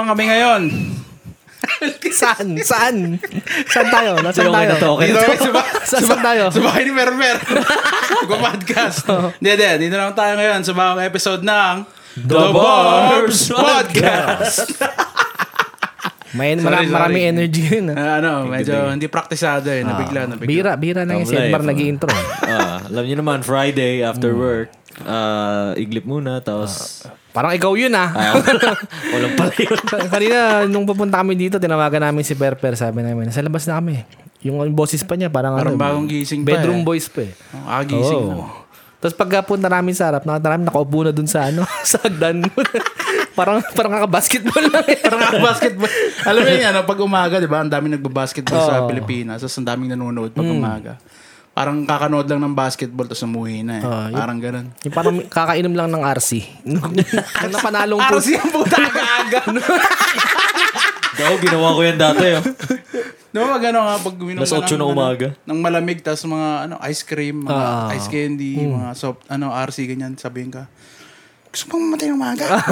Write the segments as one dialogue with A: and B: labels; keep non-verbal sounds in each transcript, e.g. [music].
A: ngayon.
B: Saan? Saan? Saan tayo? Nasaan
C: Ayoko
B: tayo?
C: na to, okay
A: Dito
C: na to.
A: kami suba,
B: Saan
A: suba,
B: tayo?
A: Subahin ni Mermer. [laughs] Go-podcast. Hindi, hindi. Dito lang tayo ngayon sa bagong episode ng
C: The Barbs Podcast.
B: [laughs] May
A: Sorry,
B: mara-
A: sorry.
B: maraming energy yun. ah.
A: Ah, ano, medyo hindi praktisado eh.
C: Ah,
A: Nabigla, nabigla.
B: Bira, bira na yung si
C: Ang
B: Edmar
C: life,
B: nag intro
C: Ah, alam niyo naman, Friday after work, ah, iglip muna, tapos...
B: Parang ikaw yun ah.
C: Ah, [laughs] walang pala yun.
B: Kanina, nung pupunta kami dito, tinawagan namin si Berper. Sabi namin, nasa labas na kami. Yung boses pa niya, parang,
A: Parang
B: ano,
A: bagong gising pa
B: bedroom
A: eh.
B: voice pa eh.
A: Ang
C: Oh.
A: agising
B: Oo.
A: mo.
B: Tapos pagkapunta namin sa harap, nakita namin nakaupo na dun sa ano, [laughs] sa hagdan. parang parang kaka-basketball lang eh.
A: Parang ang basketball. Alam mo yun, ano, pag umaga, di ba? Ang daming nagbabasketball sa Pilipinas. Tapos ang daming nanonood pag
C: Hmm.
A: umaga. Parang kakanood lang ng basketball tapos namuhi na eh.
B: Ah, yun.
A: Parang ganun.
B: Yung parang kakainom lang ng RC.
C: [laughs]
B: Nung, nung napanalong po.
A: Aros yung puta aga-aga.
C: Ako, ginawa ko yan dati. Oh.
A: Di ba pag ano nga, pag uminom
C: Alas
A: ka ng,
C: otso na
A: ano,
C: umaga.
A: ng malamig, tapos mga ano, ice cream, mga
B: Ah.
A: ice candy, mga soft, ano, RC, ganyan, sabihin ka, gusto pang mamatay ng umaga.
B: [laughs]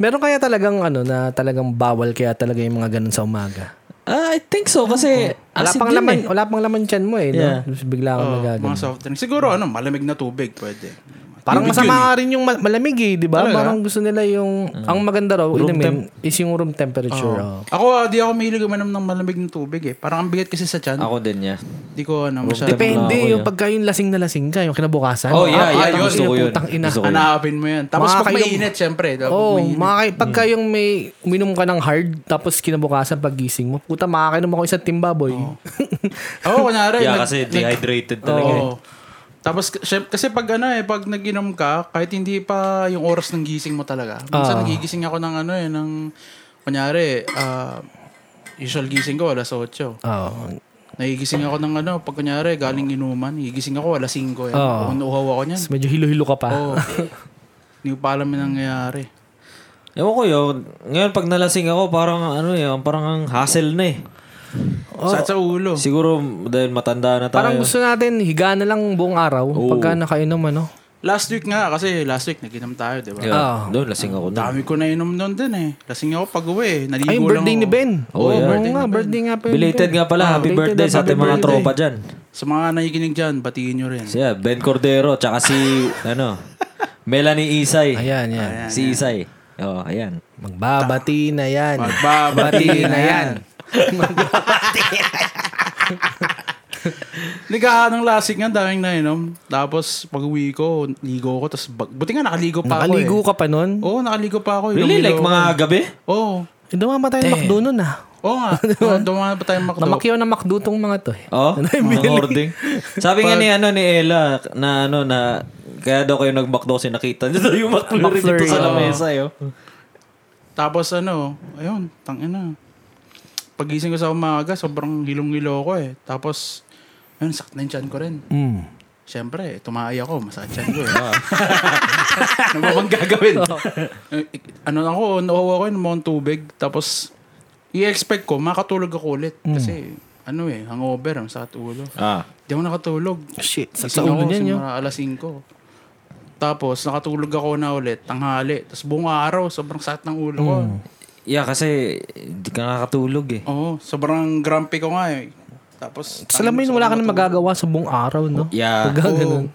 B: Meron kaya talagang ano na talagang bawal kaya talaga yung mga ganun sa umaga.
C: Ah, I think so, kasi
B: Wala
C: acid
B: pang
C: yun
B: laman,
C: eh.
B: wala pang laman tiyan mo eh,
C: Yeah.
B: no? Tapos bigla
C: Oh.
B: kang
A: Oo,
B: nagagano.
A: mga soft drink. Siguro, ano, malamig na tubig, pwede.
B: Parang
A: Tubig
B: masama
A: yun.
B: nga rin yung ma- malamig eh, di ba? Parang gusto nila yung
C: Mm.
B: ang maganda raw inumin is yung room temperature. oh.
A: Ako, ah, di ako mahilig uminom ng malamig na tubig eh. Parang ang bigat kasi sa tiyan.
C: Ako din niya.
A: Di ko, ano, masyadong.
B: Depende
C: Ako,
B: yung pagka yung lasing na lasing ka, yung kinabukasan.
C: Oh, yeah,
B: tapos
C: yeah. oh, Gusto ko yun.
B: Putang ina.
C: Gusto ko
A: Hanapin mo yan. Tapos
B: Mga
A: pag
B: kayo-
A: mainit, syempre. di ba? Pag
B: Oh,
A: mainit.
B: makaka- pagka yung may uminom ka ng hard tapos kinabukasan paggising mo, puta makakainom ako isang timba boy. [laughs]
A: Oo, kunwari.
C: Yeah,
A: nag- nag-
C: kasi dehydrated talaga. eh.
A: Oo. Tapos, syem- kasi pag ano eh, pag naginom ka, kahit hindi pa yung oras ng gising mo talaga.
B: Ah.
A: Minsan nagigising ako ng ano eh, ng, kunyari, ah, usual gising ko, alas 8.
B: Oh.
A: Nagigising ako ng ano, pag kunyari, galing inuman, nagigising ako, alas 5. Yan.
B: Oo.
A: Unuuhaw ako niyan.
B: [laughs] Tapos medyo hilo-hilo ka pa.
A: Oo. Hindi ko pa alam yung nangyayari.
C: Ewan ko yun. Ngayon, pag nalasing ako, parang ano eh, parang ang hassle na eh.
B: Oh.
A: Sa, sa ulo.
C: Siguro dahil matanda na
B: [laughs]
C: tayo.
B: Parang gusto natin higa na lang buong araw pagka nakainom ano.
A: Last week nga, kasi last week naginom tayo, di ba?
C: Yeah, Doon, lasing ako na.
A: Dami ko na inom noon din eh. Lasing ako pag uwi. Naligo
B: Ay,
A: lang
B: yung birthday
A: ako.
B: ni Ben.
C: Oh, yeah.
B: Oo nga, birthday nga pa yun,
C: Belated
B: Ben.
C: nga pala.
B: Ah,
C: happy
B: belated
C: birthday
B: na
C: sa ating
B: happy
C: mga
B: birthday.
C: tropa dyan.
A: Sa mga nakikinig dyan, batiin nyo rin.
C: Siya, ah, Ben Cordero, tsaka si,
B: [laughs]
C: ano, Melanie Isay. Ah,
B: Ayan, yan.
C: Si Isay. Oh, ayan.
B: Magbabati na yan.
A: Magbabati na yan. Ligahan ng lasik nga, daming nainom. Tapos pag uwi ko, ligo ko. Tapos bag- buti nga nakaligo pa
B: Nakaligo
A: ako eh.
B: ka pa nun?
A: Oo, nakaligo pa ako.
C: Really? Like
A: Iloilo.
C: mga gabi?
A: Oo.
B: Eh, Dumamatay ng McDo nun ah.
A: Oo
B: [laughs]
A: nga. Dumaan pa tayong makdo.
B: Namakyaw ng McDo tong mga to eh.
C: Oh, mga hoarding. Sabi nga ni, ano, ni Ella, na ano, na, kaya daw kayo nag-McDo kasi nakita nyo daw yung McFlurry dito
B: McFlurry,
C: sa
B: oo.
C: lamesa, eh, oh. yo.
A: Tapos ano, ayun, tangina. Pagising ko sa umaga, sobrang hilong-hilo ko eh. Tapos, ayun, sakit na yung tiyan ko rin.
B: Mm.
A: Siyempre, tumaay ako, masakit
B: [laughs]
A: tiyan ko eh. [laughs] ano ba bang gagawin? Eh, ano ako, nakuha ko yun, mga tubig. Tapos, i-expect ko, makatulog ako ulit.
B: Hmm.
A: Kasi, ano eh, hangover, masakit ulo.
C: Ah.
A: Hindi ako nakatulog.
B: Shit, sa
A: Gising
B: sa ulo
A: ako
B: niyan yun.
A: simula alas 5. Tapos, nakatulog ako na ulit, tanghali. Tapos buong araw, sobrang sakit ng ulo ko.
B: Hmm.
C: Yeah, kasi hindi ka nakakatulog eh.
A: Oo, sobrang grumpy ko nga eh. Tapos,
B: Tapos alam mo yun, wala ka na magagawa sa buong araw, no?
C: Yeah.
B: Pagka ganun.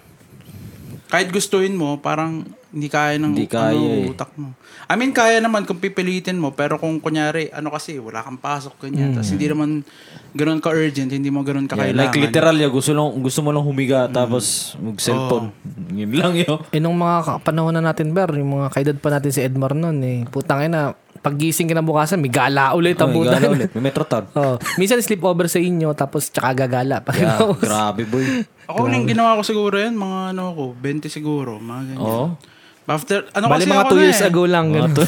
A: kahit gustuhin mo, parang hindi kaya ng
C: Hindi kaya
A: ano,
C: eh.
A: utak mo. I mean, kaya naman kung pipilitin mo, pero kung kunyari, ano kasi, wala kang pasok, ganyan. Tapos hindi naman ganun ka-urgent, hindi mo ganun
C: Yeah,
A: kakailangan. ano?
C: like literal, yo, gusto, lang, gusto mo lang humiga tapos mag-cellphone. Yun lang yo.
B: Eh, nung mga ka- panahon na natin, Ber, yung mga kaedad pa natin si Edmar noon, eh, putang ina, paggising kinabukasan, may gala ulit ang
C: Ay,
B: puta.
C: gala ulit. May metro town.
B: [laughs] oh, minsan sleepover sa inyo, tapos tsaka gagala. [laughs] Pa,
C: Yeah, grabe
B: [laughs]
C: boy.
A: Ako yung ginawa ko siguro yan, mga ano ko, 20 siguro, mga ganyan.
C: Oo.
A: After, ano
B: Bali
A: kasi
B: mga
A: ako
B: 2
A: na
B: years
A: eh.
B: ago lang. Ganun. [laughs]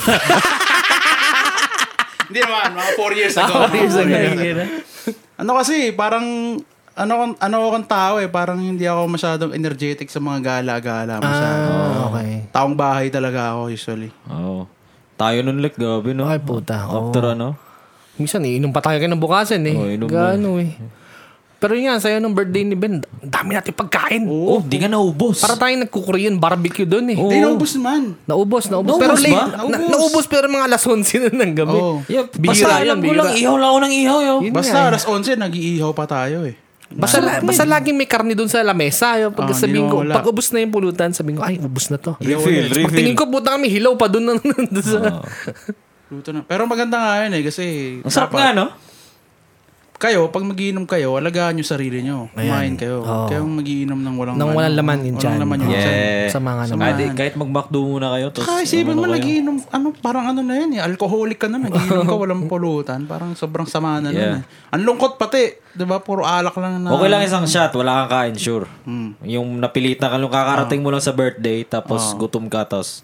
A: Hindi naman, mga 4 years ago. Mga four years ago. [laughs] ano kasi, parang, ano, kon- ano akong tao eh, parang hindi ako masyadong energetic sa mga gala-gala masyado.
B: Ah, okay.
A: Taong bahay talaga ako usually.
C: Oo. Tayo nun, like, gabi, no?
B: Ay, puta. Oh.
C: After ano?
B: Minsan, iinom pa tayo kinabukasan eh.
C: Oh, inom
B: Gano eh. Pero yun nga, sa'yo nung birthday ni Ben, ang dami natin pagkain.
C: Oh, di ka naubos.
B: Para tayong nagko-Korean barbecue doon eh.
C: Oo.
A: Hindi, naubos naman.
B: Naubos, naubos.
C: Naubos
B: pero
C: ba?
B: late, na-
A: Naubos.
B: naubos pero mga alas 11 na ng gabi.
A: Oo.
C: Yeah,
B: Bihira
C: basta alam
B: yun,
C: ko lang,
B: bihira.
C: ihaw lang ako ng ihaw. Yo.
B: Yun nga eh.
A: Basta alas 11, nag-iihaw pa tayo eh.
B: Basta, la- basta laging may karne doon sa lamesa. Yung pag
A: Ah,
B: sabihin
A: hindi
B: ko,
A: mawala.
B: pag ubus na yung pulutan, sabihin ko, ay, ubus na to.
C: Refill,
B: Pag tingin ko, puta kami, hilaw pa doon. [laughs] na- doon sa,
A: Ah, Luto na. Pero maganda nga yun eh kasi
C: Ang sarap
A: dapat-
C: nga, no?
A: Kayo, pag magiinom kayo, alagaan nyo sarili nyo. Kumain kayo. Kaya yung magiinom ng walang
B: nang walang laman yun dyan.
A: Walang laman yun
B: Oo.
A: dyan.
C: Yeah.
B: Sama nga naman.
C: Ah, di, kahit mag-McDo muna kayo. Tapos,
A: Saka isipin mo,
C: ano na kayo.
A: nagiinom, ano, parang ano na yan eh. Alcoholic ka na, nagiinom ka, walang pulutan. Parang sobrang sama na
C: Yeah.
A: nun eh. Ang lungkot pati. Di ba? Puro alak lang na.
C: Okay lang isang shot, wala kang kain, sure. Yung napilitan ka, yung kakarating mo lang sa birthday, tapos gutom ka, tapos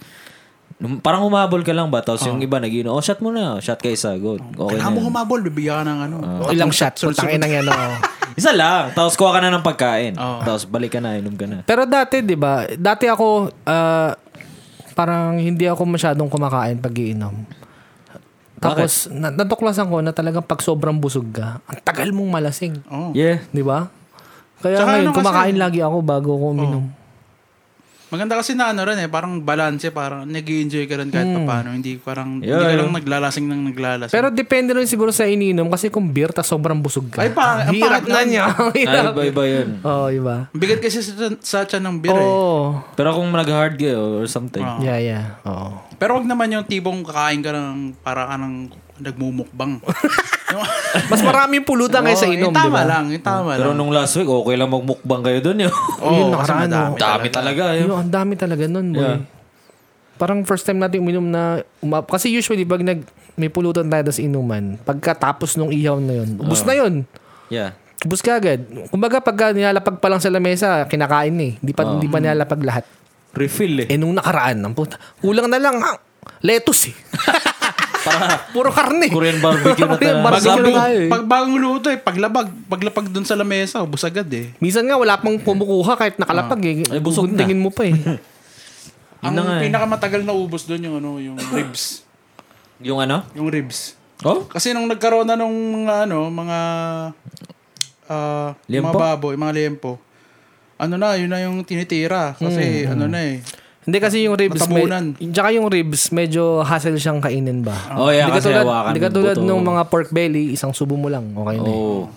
C: num- parang humabol ka lang ba? Tapos yung iba nag oh, shot mo na, shot ka isa, good. Okay
A: Kailangan
C: na
A: mo
C: yun.
A: humabol, bibigyan ka ng ano.
B: O ilang shot, putangin ng
A: [laughs]
B: yan. oo.
C: Isa lang, tapos kuha ka na ng pagkain.
A: Oo.
C: Tapos balik ka na, inom ka na.
B: Pero dati, di ba? Dati ako, ah, parang hindi ako masyadong kumakain pag iinom. Tapos, na- natuklasan ko na talagang pag sobrang busog ka, ang tagal mong malasing.
A: Oo.
C: Yeah.
B: Di ba? Kaya
A: Tsaka
B: ngayon,
A: ano kasi- Oh.
B: kumakain lagi ako bago ako uminom.
A: Maganda kasi na ano rin eh, parang balance, parang nag enjoy ka rin kahit papaano. Hindi parang, hindi ka lang naglalasing ng naglalasing.
B: Pero depende rin siguro sa ininom kasi kung beer, tas sobrang busog ka.
A: Ay, parang- ang pangit
B: Hirap na
A: nun.
B: niya.
C: Ay, iba, iba yun.
B: Oo, oh, iba.
A: Ang bigat kasi sa, sa tiyan ng beer eh.
B: Oo.
C: Pero kung nag-hard kayo or something.
A: Ah.
B: Yeah, yeah. Oo.
A: Pero wag naman yung tibong kakain ka ng para ka ng nagmumukbang. Yung-
B: Mas marami
A: [laughs]
B: pulutan kaysa
A: Oo, yung
B: inom, di
A: tama
B: ba?
A: lang, yung tama lang.
C: Pero nung last week, okay lang magmukbang kayo [laughs] dun yun.
A: Oo,
B: yun,
A: kasi
B: nakaraan,
A: madami.
C: Dami talaga yun.
B: Ayun, ang dami talaga nun, boy.
C: Yeah.
B: Parang first time natin uminom na umap. Kasi usually, pag nag, may pulutan tayo tas inuman, pagkatapos nung ihaw na yun, ubus na yun.
C: Yeah.
B: Ubus ka agad. Kumbaga, pagka nilalapag pa lang sa lamesa, kinakain eh. Hindi pa, hindi pa nilalapag lahat.
C: Refill eh.
B: Eh, nung nakaraan, ang puta, kulang na lang, ah, lettuce eh.
C: [laughs] Para
B: Puro karne.
C: Korean barbecue
B: [laughs]
C: na
B: Korean
C: talaga.
A: Pag,
B: barbecue na
A: bagong-
B: tayo eh.
A: pag bagong luto eh, paglabag, paglapag dun sa lamesa, ubus agad eh.
B: Minsan nga, wala pang kumukuha kahit nakalapag eh.
C: Ah. Ay, busog na.
B: Guguntingin mo pa
C: [laughs]
B: eh.
A: Ang
C: na nga eh.
A: pinakamatagal na ubos dun yung ano, yung ribs.
C: Yung ano?
A: Yung ribs.
C: Oh?
A: Kasi nung nagkaroon na nung mga ano, mga ah, mga
C: Liempo?
A: baboy, mga liempo. Ano na, yun na yung tinitira kasi ano na eh.
B: Hindi kasi yung ribs, may,
A: Matabunan.
B: tsaka yung ribs, medyo hassle siyang kainin ba?
C: Oh, yeah,
B: Hindi
C: kasi
B: katulad-
C: hawakan
B: Hindi
C: ng
B: katulad
C: buto.
B: nung mga pork belly, isang subo mo lang, okay na eh.
C: Oh.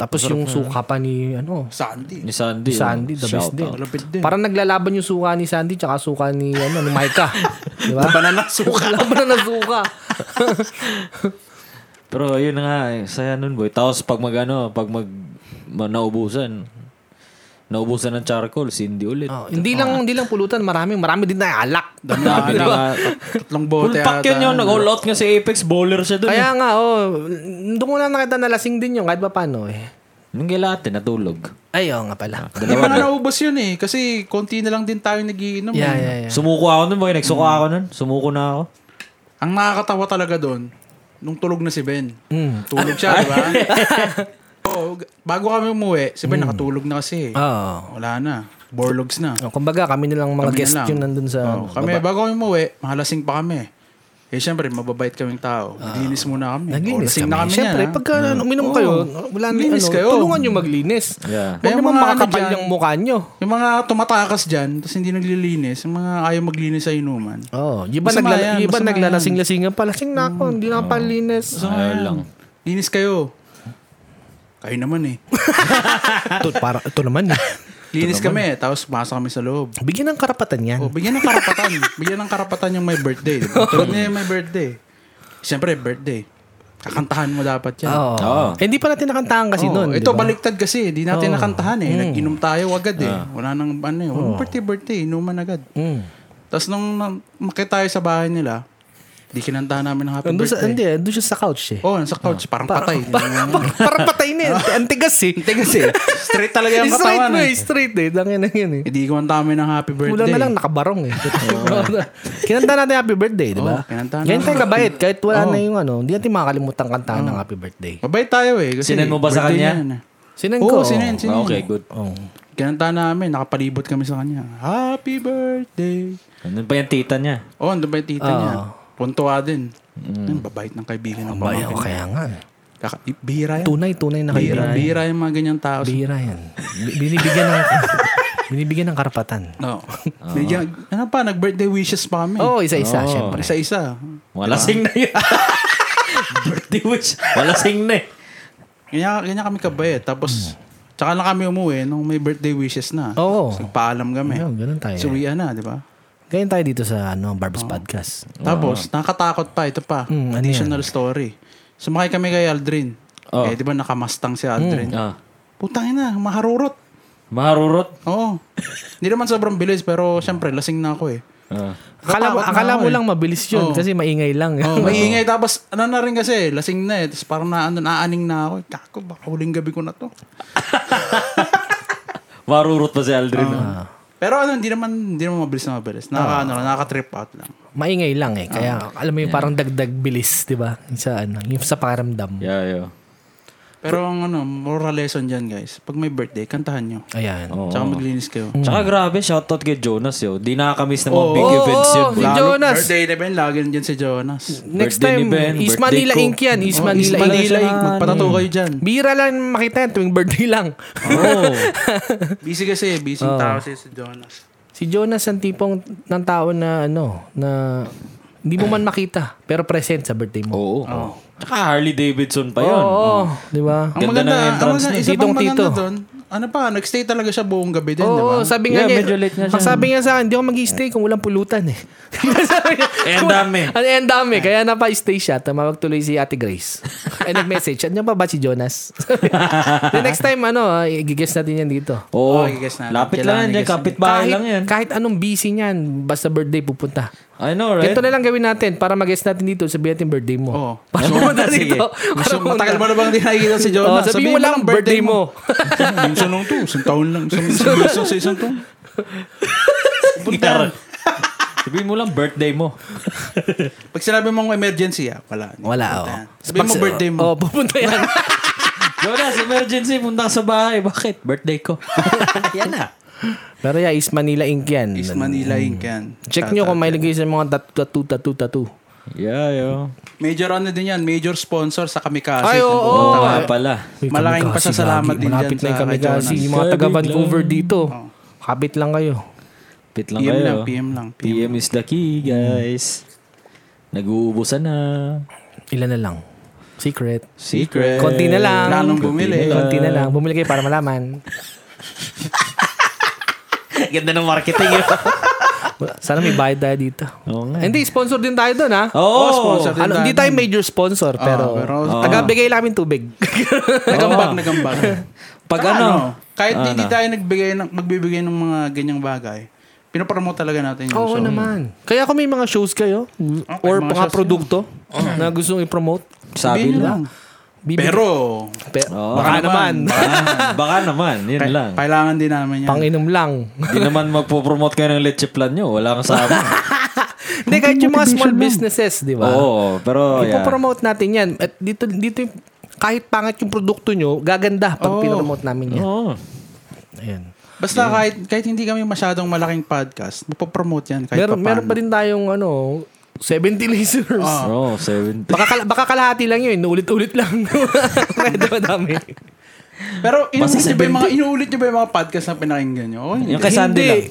B: Tapos yung suka pa ni, ano,
A: Sandy.
C: Ni
B: ni
C: Sandy.
B: Sandy,
C: oh.
B: the best
C: Shout
B: din.
C: out.
A: Malapit din.
B: Parang naglalaban yung suka ni Sandy tsaka suka ni, ano, ni
C: [laughs]
B: Micah. Di ba?
A: banana suka.
B: Laban na ng suka.
C: Pero yun na nga, eh, saya nun boy. Tapos pag mag ano, pag mag ma- naubusan, naubusan ng charcoal, Cindy ulit.
B: Oh, hindi lang hindi lang pulutan, maraming marami din na alak.
A: Dami na,
C: Dami na ano.
A: diba?
C: nga.
A: Tatlong
C: Full
A: bote
C: pack yun yun. Nag-all out nga si Apex, bowler siya dun. eh.
B: Kaya nga, oh, doon ko na nakita na lasing din yun kahit pa paano eh.
C: Nung gilate, natulog.
B: Ay, oo nga pala.
A: Hindi pa nga naubos yun eh. Kasi konti na lang din tayo nagiinom.
B: Yeah,
A: eh.
B: yeah, yeah.
C: Sumuko ako nun boy. Nagsuko ako nun. Sumuko na ako.
A: Ang nakakatawa talaga doon, nung tulog na si Ben.
B: Hmm.
A: Tulog siya, di
B: [laughs]
A: ba? [laughs] Oo, g- bago kami umuwi, si
B: Hmm.
A: Ben nakatulog na kasi. eh.
B: Oo.
A: Wala na. Borlogs na.
B: Oh, kumbaga, kami nilang mga
A: Kami Oh. na
B: guest
A: lang.
B: yung nandun sa...
A: Oo, kami, bago kami umuwi, mahalasing pa kami. Eh, syempre, mababait kaming tao. Maglinis muna kami. O,
B: Naglinis
A: lasing
B: Ah. kami.
A: na kami
B: Siyempre,
A: niyan, ha?
B: pagka uminom
A: Oo.
B: kayo, wala na
A: Linis
B: ano,
A: kayo.
B: tulungan nyo maglinis.
C: Yeah.
B: Huwag
A: Kaya mga
B: naman
A: ano
B: makakapal
A: dyan-
B: yung mukha nyo.
A: Yung mga tumatakas dyan, tapos hindi naglilinis, yung mga ayaw maglinis sa inuman.
B: Oh, yung iba,
A: Masama
B: naglala,
A: yan,
B: yung iba
A: masama Oh.
B: naglalasing-lasingan pa. Lasing na ako, hindi na
A: [laughs]
B: palinis.
C: Ayaw
A: Ayan.
C: lang.
A: Linis kayo. Kayo naman
B: [laughs]
A: eh.
B: ito, para, ito naman. eh.
A: Linis kami, tapos pumasok kami sa loob.
B: Bigyan ng karapatan yan.
A: Oh, bigyan ng
B: [laughs]
A: karapatan. bigyan ng karapatan yung may birthday. Diba? Tulad niya yung may birthday. Siyempre, birthday. Kakantahan mo dapat yan.
B: Oo.
C: Oo.
B: Eh, hindi pa natin nakantahan kasi
A: Oo,
B: nun.
A: Oh. ito,
B: di ba? Mm.
A: baliktad kasi. Di natin nakantahan eh. Nag-inom tayo agad eh.
B: Ah.
A: Wala nang ano eh. Walang birthday-birthday. Inuman agad.
B: Mm.
A: Tapos nung na- makita tayo sa bahay nila, di kinantahan namin ng happy
B: Nandun sa,
A: birthday.
B: hindi, nandun siya sa couch eh.
A: Oo, oh, nasa couch. Parang patay.
B: [laughs] Parang patay na eh. Ang tigas eh.
A: Hindi kasi. [laughs] Straight talaga yung
B: Straight
A: katawan
B: mo
A: eh.
B: eh, straight eh. Dangin na yan eh.
A: Eh, di kumanta kami ng happy birthday.
B: Kulang na lang, nakabarong [laughs] eh. Kinanta natin happy birthday, di
A: Oo,
B: ba?
A: Oh. kinanta na.
B: Ganyan tayo kabait. Kahit wala na yung ano, hindi natin makakalimutan kantahan ng happy birthday.
A: Mabait tayo eh. Kasi
C: Sinan mo ba sa
A: birthday
C: kanya? Ah,
A: niya yan eh.
B: Sinan
A: Oo,
B: ko. Oh,
A: sinan, sinan.
C: Okay, good.
B: Oo.
A: Kinanta namin, nakapalibot kami sa kanya. Happy birthday.
C: Ano pa yung tita niya?
A: Oh, ano ba yung tita
B: Ah.
A: niya? Puntua din. Ang babait ng kaibigan ng
B: Ba,
A: pamangkin.
B: kaya nga. eh.
A: Kaka- i- bihira yan.
B: Tunay, tunay na
A: Bihira,
B: kaibigan.
A: bihira yung mga ganyang tao. sa-
B: Bihira yan. Bi- Binibigyan ng [laughs] binibigyan ng karapatan.
A: No. Bigyan- ano pa, nag-birthday wishes pa kami.
B: Oo, oh, isa-isa, syempre.
A: Isa-isa.
C: Wala sing na yun. [laughs] Birthday wish. Wala sing na eh.
A: Ganyan, ganyan kami kabay eh. Tapos, tsaka lang kami umuwi nung may birthday wishes na.
B: Oo.
A: Tapos, nagpaalam kami.
B: Ayun, ganun tayo.
A: Surian na, di ba?
B: Ganyan tayo dito sa ano, Barb's Podcast.
A: Tapos, nakatakot pa. Ito pa.
B: Mm, ano
A: additional story. Sumakay kami kay Aldrin.
C: Oh.
A: Eh, di ba nakamastang si Aldrin?
C: Ah.
A: Putang ina, maharurot.
C: Maharurot.
A: Oo. [laughs] Hindi naman sobrang bilis, pero syempre, lasing na ako eh.
C: Ah.
B: Akala mo,
A: Natakot na
B: akala
A: ako
B: mo
A: eh.
B: lang mabilis yun
A: Oo.
B: kasi maingay lang. eh.
A: Oh, maingay tapos ano na rin kasi lasing na eh. Tapos parang na, ano, naaning na ako. Kako, baka huling gabi ko na to.
C: Marurot pa si Aldrin. ah.
A: Pero ano, hindi naman, hindi naman mabilis na mabilis. Nakaka, ano, nakaka-trip out lang.
B: [laughs] maingay lang eh. Kaya alam mo yung parang dagdag bilis, 'di ba? Sa ano, yung sa pakiramdam.
C: Yeah, yeah.
A: Pero ang ano, moral lesson dyan guys. Pag may birthday, kantahan nyo.
B: Ayan.
C: Oo.
A: Tsaka maglinis kayo.
C: Mm. Tsaka grabe, shoutout kay Jonas yo. Di nakakamiss ng mga big events yun.
B: Si
A: Lalo,
B: Jonas.
A: Birthday na ba yun? Lagi nandiyan si Jonas.
B: Next
C: Birthday ni
B: time,
C: Ben,
B: East
C: birthday
B: Manila
C: ko.
B: Inc. yan. East
A: Oh,
B: Manila
A: East Manila,
B: Inc.
A: Inc. Magpatato kayo dyan.
B: Bira lang makita yan tuwing birthday lang.
C: Oh.
A: [laughs] Busy kasi, busy yung tao si si Jonas.
B: [laughs] si Jonas Ah. ang tipong ng tao na ano, na hindi mo man makita pero present sa birthday mo.
C: Oo. Oh. Tsaka Harley Davidson pa yun.
B: Oo, di ba?
A: Ang
C: Ganda
A: maganda,
C: ng
A: ang
C: entrance
A: maganda,
B: nun.
A: isa pang
B: Titong
A: maganda
B: tito.
A: doon, ano pa, nagstay talaga siya buong gabi din, di ba?
B: Oo, sabi nga
C: Yeah,
B: niya.
C: medyo late nga siya.
B: ang sabi niya sa akin, hindi ako mag-stay kung walang pulutan eh. Sabi niya,
C: Eh, ang dami.
B: [laughs] Ano yan dami. Kaya napa-stay siya. Tumawag tuloy si Ate
C: [laughs]
B: Grace. Ay, nag-message. Ano pa ba si Jonas? The next time, ano, ah, i-guess natin yan dito.
A: Oh,
C: Oo.
A: i-guess natin.
C: Lapit
A: Kailangan
C: lang yan.
A: i-guess
C: Kapit bahay lang yan.
B: kahit anong busy niyan, basta birthday pupunta.
C: I know, right?
B: Ganito na lang gawin natin para mag-guess natin dito. Sabihin natin birthday mo.
A: Oo.
B: Para pumunta
A: [laughs]
B: dito.
A: Gusto,
B: Para
A: matagal mo
B: pumunta.
A: na bang di nakikita si
B: Oo,
A: Jonas?
B: sabihin mo lang birthday mo.
A: [laughs] Minsan lang to, isang taon lang.
B: [laughs]
A: Isang isang beses sa isang taon.
C: Gitar. Sabihin mo lang birthday [laughs] mo.
A: Pag sinabi mong emergency, ah, wala.
B: Wala, oh.
A: Sabihin mo
B: Pag-
A: birthday mo. [laughs]
B: Oo, pupunta yan.
C: Jonas, emergency. Punta ka sa bahay. Bakit? Birthday ko. yan na.
B: Pero yeah, East Manila Inc. yan.
A: Is Manila Inc. yan.
B: Check nyo kung may lagay sa mga tat- tattoo, tattoo, tattoo.
C: [laughs] Yeah, yo.
A: Major ano din yan, major sponsor sa Kamikaze.
B: Ay, oo,
C: Oo
B: oo.
C: nga pala.
B: Uy,
A: Malaking
B: kamikasi,
A: pasasalamat
B: gagi.
A: din
B: Malapit
A: dyan
B: na
A: sa
B: yung
A: kay ah.
B: kamikasi.
A: Jonas.
B: Yung Oh, mga taga
C: Kaya big
B: Vancouver dito.
A: Oh.
B: Kapit lang kayo.
C: Pit lang
A: PM
C: kayo.
A: lang, PM lang. PM.
C: PM is the key, guys. Nag-uubusan na.
B: Ilan na lang. Secret.
C: Secret.
B: Konti na lang.
A: Lalong bumili.
B: Konti na lang. Bumili kayo para malaman.
C: Ganda ng marketing yun.
B: Sana may bayad tayo dito.
C: Oo nga.
B: Hindi, sponsor din tayo doon ha.
C: Oo.
A: Oh, sponsor din
B: Ano, hindi tayo major sponsor, pero,
A: pero-
B: tagabigay lang kami tubig. Oh.
A: Nagambag,
B: [laughs]
A: nagambag.
C: Pag
A: Saka
C: ano,
A: kahit
B: Ah,
A: hindi
B: ano?
A: tayo nagbigay ng, magbibigay ng mga ganyang bagay, pinapromote talaga natin yung show.
B: Oo naman. Kaya kung may mga shows kayo, or
A: Mm. mga
B: mga
A: shows
B: produkto na gustong i-promote,
C: sabi
A: Sabihin nyo
C: lang.
A: lang.
B: bibig-
A: Pero,
B: Pe-
C: Oo.
B: baka naman.
C: Baka, baka naman, yun
A: kay-
C: lang.
A: kailangan din namin yan.
B: Panginom lang.
C: Hindi naman magpo-promote kayo ng leche plan nyo. Wala kang sa amin.
B: Hindi, kahit yung mga small businesses, di ba?
C: Oo, pero Oh, yeah.
B: Ipopromote natin yan. At dito, dito yung- kahit pangat yung produkto nyo, gaganda pag
C: Oh.
A: Oo.
B: pinopromote namin yan.
C: Oo.
B: Ayan.
A: Basta kahit, kahit hindi kami masyadong malaking podcast, mapopromote yan kahit
B: Meron,
A: papaano.
B: meron pa din tayong ano, 70 [laughs] listeners.
C: Oo, 70.
B: Baka, kal- baka kalahati lang yun. Ulit-ulit lang. [laughs] Kaya madami.
A: Pero inuulit
C: Basta
A: nyo ba yung mga, inuulit nyo ba yung mga podcast na pinakinggan nyo? Oh, hindi.
C: Yung kay Sandy lang.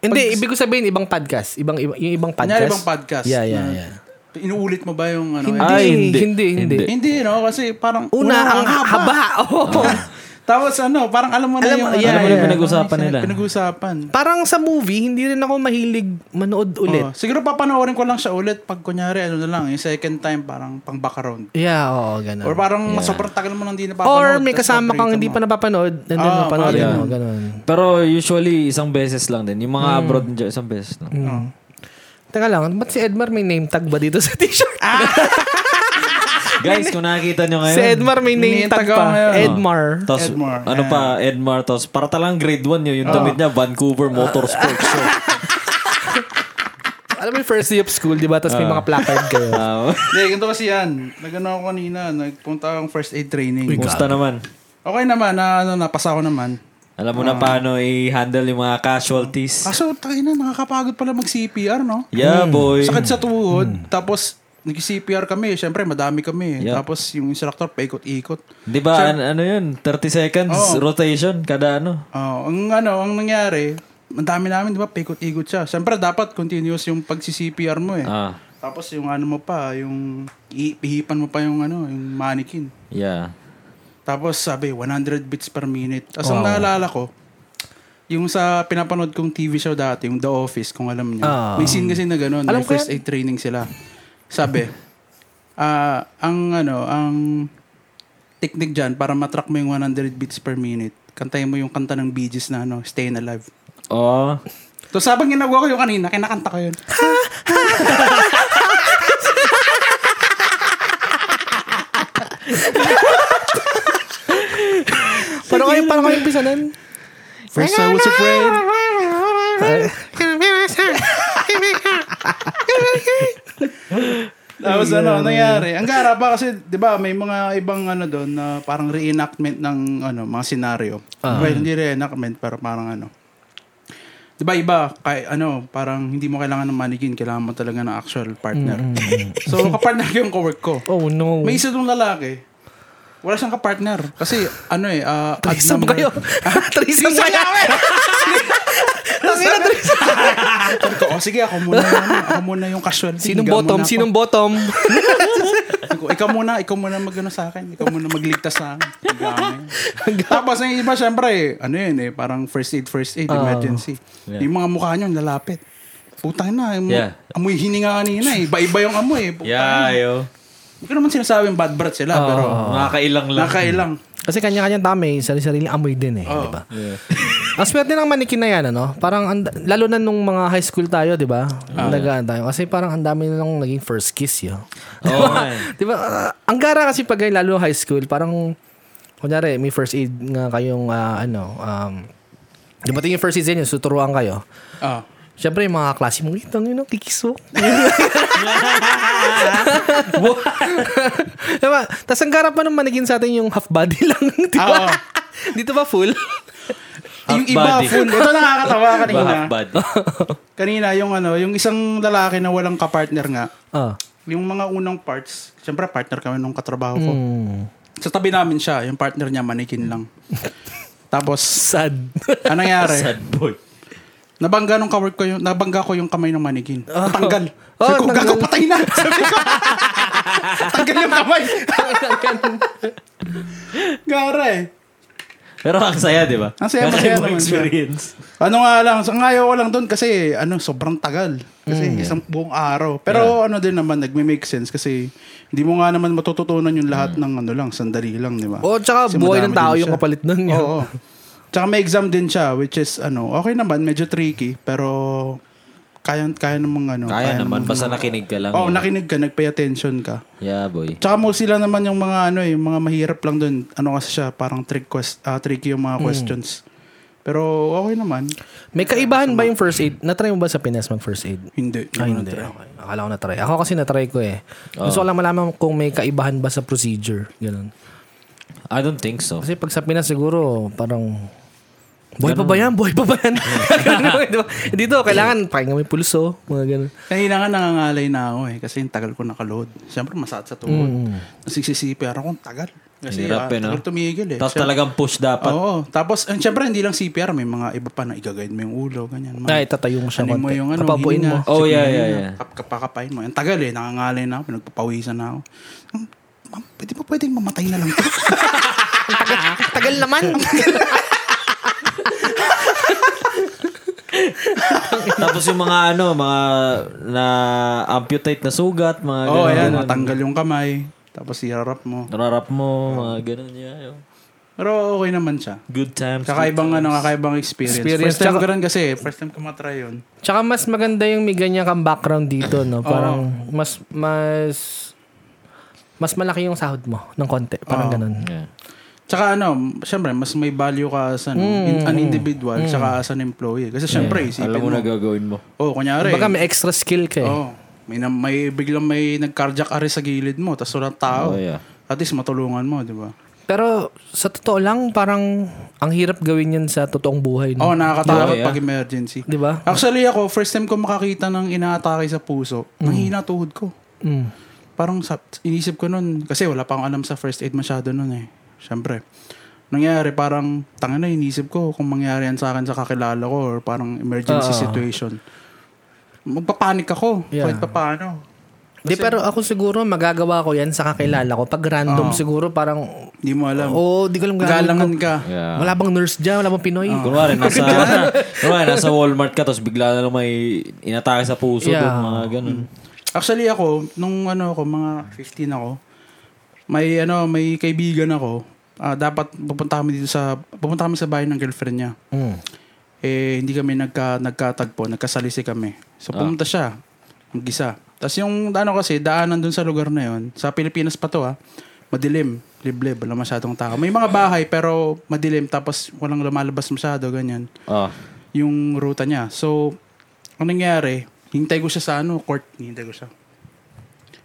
B: Hindi, ibig ko sabihin ibang podcast. Ibang, iba- yung ibang podcast.
A: Kanyari ibang podcast.
B: Yeah, yeah,
A: na-
B: yeah.
A: Inuulit mo ba yung ano?
B: Hindi,
A: eh?
C: Ay,
B: hindi,
C: hindi.
B: hindi, hindi.
C: Hindi.
A: Hindi, no? Kasi parang...
B: Una, ang haba. [laughs]
C: [laughs]
B: Oo.
A: Tapos ano, parang alam mo na
B: Alam
A: yung...
B: mo- yeah,
A: ano,
B: alam mo na
A: yung
C: pinag-usapan nila.
A: Pinag-usapan.
B: Parang sa movie, hindi rin ako mahilig manood ulit.
A: Oh, siguro papanoorin ko lang siya ulit pag kunyari ano na lang, yung second time parang pang
C: Oh.
A: background.
B: Yeah, oo, ganun.
A: Or parang yeah. sobrang tagal mo nang hindi napapanood.
B: Or may
A: tas
B: kasama kang
A: paborito
B: hindi
A: mo.
B: pa napapanood, and then
A: Ah,
B: panoorin
C: yeah.
B: mo, ganun.
C: Pero usually, isang beses lang din. Yung mga abroad, dyan, isang beses lang.
B: Hmm. Mm. Teka lang, ba't si Edmar may name tag ba dito sa [laughs] t-shirt?
C: Guys, kung nakakita nyo ngayon.
B: si Edmar may name
A: Name tag
B: tag pa.
A: ako ngayon.
B: Edmar.
C: Tapos,
A: Edmar,
C: ano pa, Edmar. Tapos, para talang grade 1 yun. Yung damit niya, Vancouver Motorsports Show.
B: Alam mo yung first day of school, di ba? Tapos may mga placard kayo.
C: Ah,
A: Hindi, ganito kasi yan. Nagano ako kanina, nagpunta akong first aid training.
C: Kumusta naman?
A: Okay naman, na, ano, napasa ko naman.
C: Alam mo na paano i-handle yung mga casualties.
A: Ah, Kaso, tayo na, nakakapagod pala mag-CPR, no?
C: Yeah, boy.
A: Sakit sa tuhod, tapos nag-CPR kami. Siyempre, madami kami.
C: Yeah.
A: Tapos yung instructor, paikot-ikot.
C: Di ba, an- ano yun? 30 seconds rotation kada ano.
A: Oh, ang ano, ang nangyari, ang dami namin, di ba, paikot-ikot siya. Siyempre, dapat continuous yung pag-CPR mo eh.
C: Ah,
A: Tapos yung ano mo pa, yung i- pihipan mo pa yung ano, yung mannequin.
C: yeah.
A: Tapos sabi, 100 beats per minute. Tapos ang naalala ko, yung sa pinapanood kong TV show dati, yung The Office, kung alam niyo.
B: Ah.
A: May scene kasi na ganun,
B: Alam
A: may
B: ko
A: first aid training sila. Sabi, ah ang ano, ang technique dyan, para matrack mo yung 100 beats per minute, kantayin mo yung kanta ng Bee Gees na ano, Stayin' Alive.
C: Oh.
A: Tapos habang ginagawa ko yung kanina, kinakanta ko yun.
B: Paano kayo, paano kayo umpisa nun?
A: First I was afraid.
B: Ah.
A: Tapos ano, nangyari. Ang gara pa kasi, di ba, may mga ibang ano doon na parang reenactment ng ano, mga senaryo.
B: Ah.
A: Well, hindi reenactment, pero parang ano. Di ba, iba, kay, ano, parang hindi mo kailangan ng mannequin, kailangan mo talaga ng actual partner.
B: Mm,
A: So, kapartner ko yung co-work ko.
B: Oh no.
A: May isa doon lalaki. Wala siyang kapartner. Kasi, ano eh, ah, odd
B: Threesome
A: number. [laughs]
B: kayo. Threesome kayo. Tangina, threesome.
A: Sabi ko, oh, sige, ako muna, ano, ako muna yung casual.
B: Sinong
A: Higa muna
B: bottom?
A: ako.
B: Sinong bottom?
A: Sabi ko, ikaw muna, ikaw muna magano sa akin. Ikaw muna magligtas sa akin. Ang gamit. Tapos yung iba, syempre, eh, ano yun eh, parang first aid, first aid, emergency.
C: Yeah.
A: Yung mga mukha nyo, lalapit. Putang na, yung
C: Yeah.
A: amoy hininga kanina eh. Iba-iba yung amoy eh. Putang
C: Yeah,
A: ina.
C: yo.
A: Hindi ko naman sinasabing bad breath sila, pero
C: Nakakailang lang.
A: nakailang.
B: Kasi kanya-kanya dami, sarili-sarili amoy din eh, di ba? Ang swerte ng manikin na yan, ano? Parang, and- lalo na nung mga high school tayo, di ba? Nagaan tayo. Kasi parang ang dami na lang naging first kiss, yo. Di
C: Oo,
B: ba? [laughs]
C: eh.
B: Di ba? Ah, ang gara kasi pag lalo high school, parang, kunyari, may first aid nga kayong, ah, ano, um, di ba yung first aid sa inyo, suturuan kayo.
A: Ah.
B: Siyempre, yung mga klase mo, ito, yun,
A: [laughs]
B: kikiso. diba? Tapos ang garap pa ng manigin sa atin yung half body lang, [laughs] di ba?
A: Ah, Oo.
B: Dito ba full?
A: Yung iba,
C: body.
A: full. Ito nakakatawa kanina.
C: Bahak bad.
A: Kanina, yung ano, yung isang lalaki na walang kapartner nga,
B: Ah.
A: yung mga unang parts, syempre partner kami nung katrabaho ko.
B: Hmm.
A: Sa tabi namin siya, yung partner niya, manikin lang. Tapos,
B: [laughs] Sad.
A: ano nangyari?
C: Sad boy.
A: Nabangga nung kawork ko yung, nabangga ko yung kamay ng manikin. Tanggal.
B: Oh,
A: Sabi ko,
B: tanggal.
A: gago, patay
B: [laughs]
A: na. Sabi ko, tanggal yung kamay. Gara eh.
C: Pero ang saya, di ba?
A: Ang saya,
C: Ang
A: masaya
C: ibang
A: naman siya.
C: experience.
A: Ano nga lang, ang ayaw ko lang doon kasi ano, sobrang tagal. Kasi
B: Hmm.
A: isang buong araw. Pero ano din naman, nagme-make sense kasi hindi mo nga naman matututunan yung lahat ng ano lang, sandali lang, di ba?
B: O, Hmm. tsaka
A: Kasi
B: buhay
A: madami
B: ng tao
A: din
B: yung
A: siya.
B: kapalit nun. eh. yun.
A: Oo. Tsaka may exam din siya, which is ano, okay naman, medyo tricky, pero kaya, kaya Oh. namang ano.
C: Kaya
A: namang-
C: naman, basta nakinig ka lang.
A: Oo,
C: eh.
A: nakinig ka, nagpay attention ka.
C: Yeah, boy.
A: Tsaka mo sila naman yung mga ano eh, yung mga mahirap lang doon. Ano kasi siya, parang trick quest, ah, tricky yung mga
C: Hmm.
A: questions. Pero okay naman.
B: May kaibahan ba yung first aid?
A: Hmm.
B: Natry mo ba sa Pinas mag-first aid?
A: Hindi.
B: Ay, hindi. Okay. Akala ko natry. Ako kasi natry ko eh. Gusto ko lang malaman kung may kaibahan ba sa procedure. Ganun.
C: I don't think so.
B: Kasi pag sa Pinas siguro, parang, boy pa ba yan? Boy pa ba yan? [laughs] Ganun,
A: [laughs]
B: di ba? Dito, kailangan pakinggan mo yung pulso. Mga ganun.
A: Kanina nga nangangalay na ako eh kasi yung tagal ko nakaload. Siyempre masakit sa tuhod. Nasigsisipir ako, ang tagal. Kasi
C: Hmm.
A: ah,
C: Hirap eh, no?
A: tagal tumigil eh.
C: Tapos
A: Siyempre-
C: talagang push dapat.
A: Oo. Tapos, and syempre, hindi lang CPR. May mga iba pa na igagayad mo yung ulo, ganyan. Mga,
B: Ay, tatayo mo siya
A: Ano mo
B: konti.
A: yung ano, [laughs]
B: Papapuin
A: hininga,
C: mo. Oh,
A: sige,
C: yeah, yeah,
A: hininga.
C: yeah.
A: Kap- kapakapain mo. Ang tagal eh, nangangalay na ako, pinagpapawisan na ako. Hmm, Ma'am, pwede ba pwedeng mamatay na lang to?
B: Tagal naman.
C: [laughs] Tapos yung mga ano, mga na-amputate na sugat, mga
A: Oo, oh,
C: ganun.
A: ayan, natanggal yung kamay. Tapos irarap mo.
C: Nararap mo, mga ganun. Yeah, yo.
A: Pero okay naman siya.
C: Good times.
A: Kakaibang ano, kakaibang experience.
B: Experience.
A: First time
B: Tsaka-
A: ko rin kasi, first time ko matry yun.
B: [laughs] Tsaka mas maganda yung may ganyan kang background dito, no? Parang mas, mas, mas malaki yung sahod mo ng konti. Parang ganun.
C: Yeah.
A: Tsaka ano, syempre, mas may value ka as an, in- an individual, tsaka as an employee. Kasi syempre, isipin
C: Alam mo
A: mo.
C: na gagawin mo.
A: Oo, oh, kunyari.
B: Baka may extra skill ka eh.
A: Oo. May, na, may biglang may nag-cardiac arrest sa gilid mo, tapos walang tao.
C: Oh, yeah.
A: At least matulungan mo, di ba?
B: Pero sa totoo lang, parang ang hirap gawin yan sa totoong buhay.
A: Oo, oh,
B: No?
A: nakakatakot
C: Oh, yeah.
A: pag emergency.
B: Di ba?
A: Actually ako, first time ko makakita ng inaatake sa puso, nanghina tuhod ko.
B: Mm.
A: parang sa, inisip ko nun, kasi wala pa akong alam sa first aid masyado nun eh. Siyempre. Nangyari, parang, tanga na, inisip ko kung mangyari yan sa akin sa kakilala ko or parang emergency
B: Oo.
A: situation. Magpapanik ako
B: Yeah.
A: kahit paano.
B: Di, pero ako siguro magagawa ko yan sa kakilala ko. Pag random siguro parang,
A: Hindi mo alam.
B: oo, di ko alam gagawin
A: Galangan
B: ko.
A: ka.
C: Yeah.
B: Wala bang nurse dyan? Wala bang Pinoy?
C: Kunwari, nasa, kunwari, nasa Walmart ka, tapos bigla na lang may inatake sa puso
B: Yeah.
C: doon, mga ganun.
A: Actually ako, nung ano ako, mga 15 ako, may ano, may kaibigan ako. Ah, dapat pupunta kami dito sa pupunta kami sa bahay ng girlfriend niya.
B: Mm.
A: Eh hindi kami nagka nagkatagpo, nagkasalisi kami. So pumunta siya, mag-isa. Tapos yung ano kasi, daanan dun sa lugar na yon, sa Pilipinas pa to ah, madilim, liblib, wala masyadong tao. May mga bahay pero madilim tapos walang lumalabas masyado, ganyan
C: Ah.
A: yung ruta niya. So, ang nangyari, hintay ko siya sa ano, court, hintay ko siya.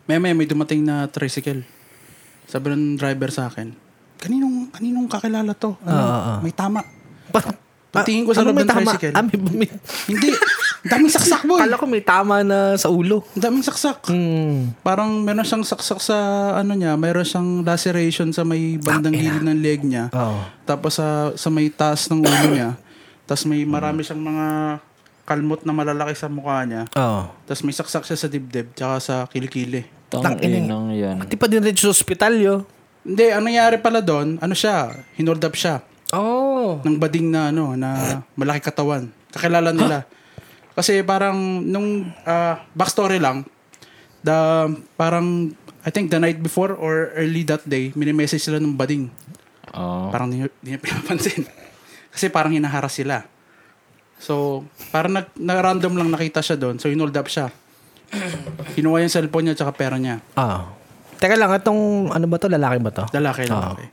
A: May may, may dumating na tricycle. Sabi ng driver sa akin, kaninong, kaninong kakilala to? Ano,
B: Ah, ah, ah.
A: may tama.
B: Pa-
A: Patingin ko sa
B: Ano
A: loob
B: may
A: ng
B: tama?
A: tricycle.
B: Ah, may, may,
A: Hindi. Ang daming saksak, boy.
B: kala ko may tama na sa ulo.
A: Ang daming saksak. Hmm.
B: Mm.
A: Parang meron siyang saksak sa ano niya, meron siyang laceration sa may bandang gilid ng leg niya.
B: Oo.
A: Tapos sa sa may taas ng ulo niya. Tapos may marami siyang mga kalmot na malalaki sa mukha niya.
B: Oo.
A: Tapos may saksak siya sa dibdib, tsaka sa kilikili.
C: Tang inang yan.
B: Pati pa din rin sa ospital yo.
A: Hindi, ang nangyari pala doon, ano siya, hinold up siya
B: Oo.
A: ng bading na ano, na malaki katawan. Kakilala nila. Kasi parang nung ah, backstory lang, the parang I think the night before or early that day, minimessage sila ng bading.
C: Oh.
A: Parang di, di niya pinapansin. [laughs] Kasi parang hinaharas sila. So, parang nag, na-random lang nakita siya doon. So, hinold up siya. Kinuha yung cellphone niya tsaka pera niya.
B: Ah. Teka lang, itong ano ba to? Lalaki ba to?
A: Lalaki, lalaki.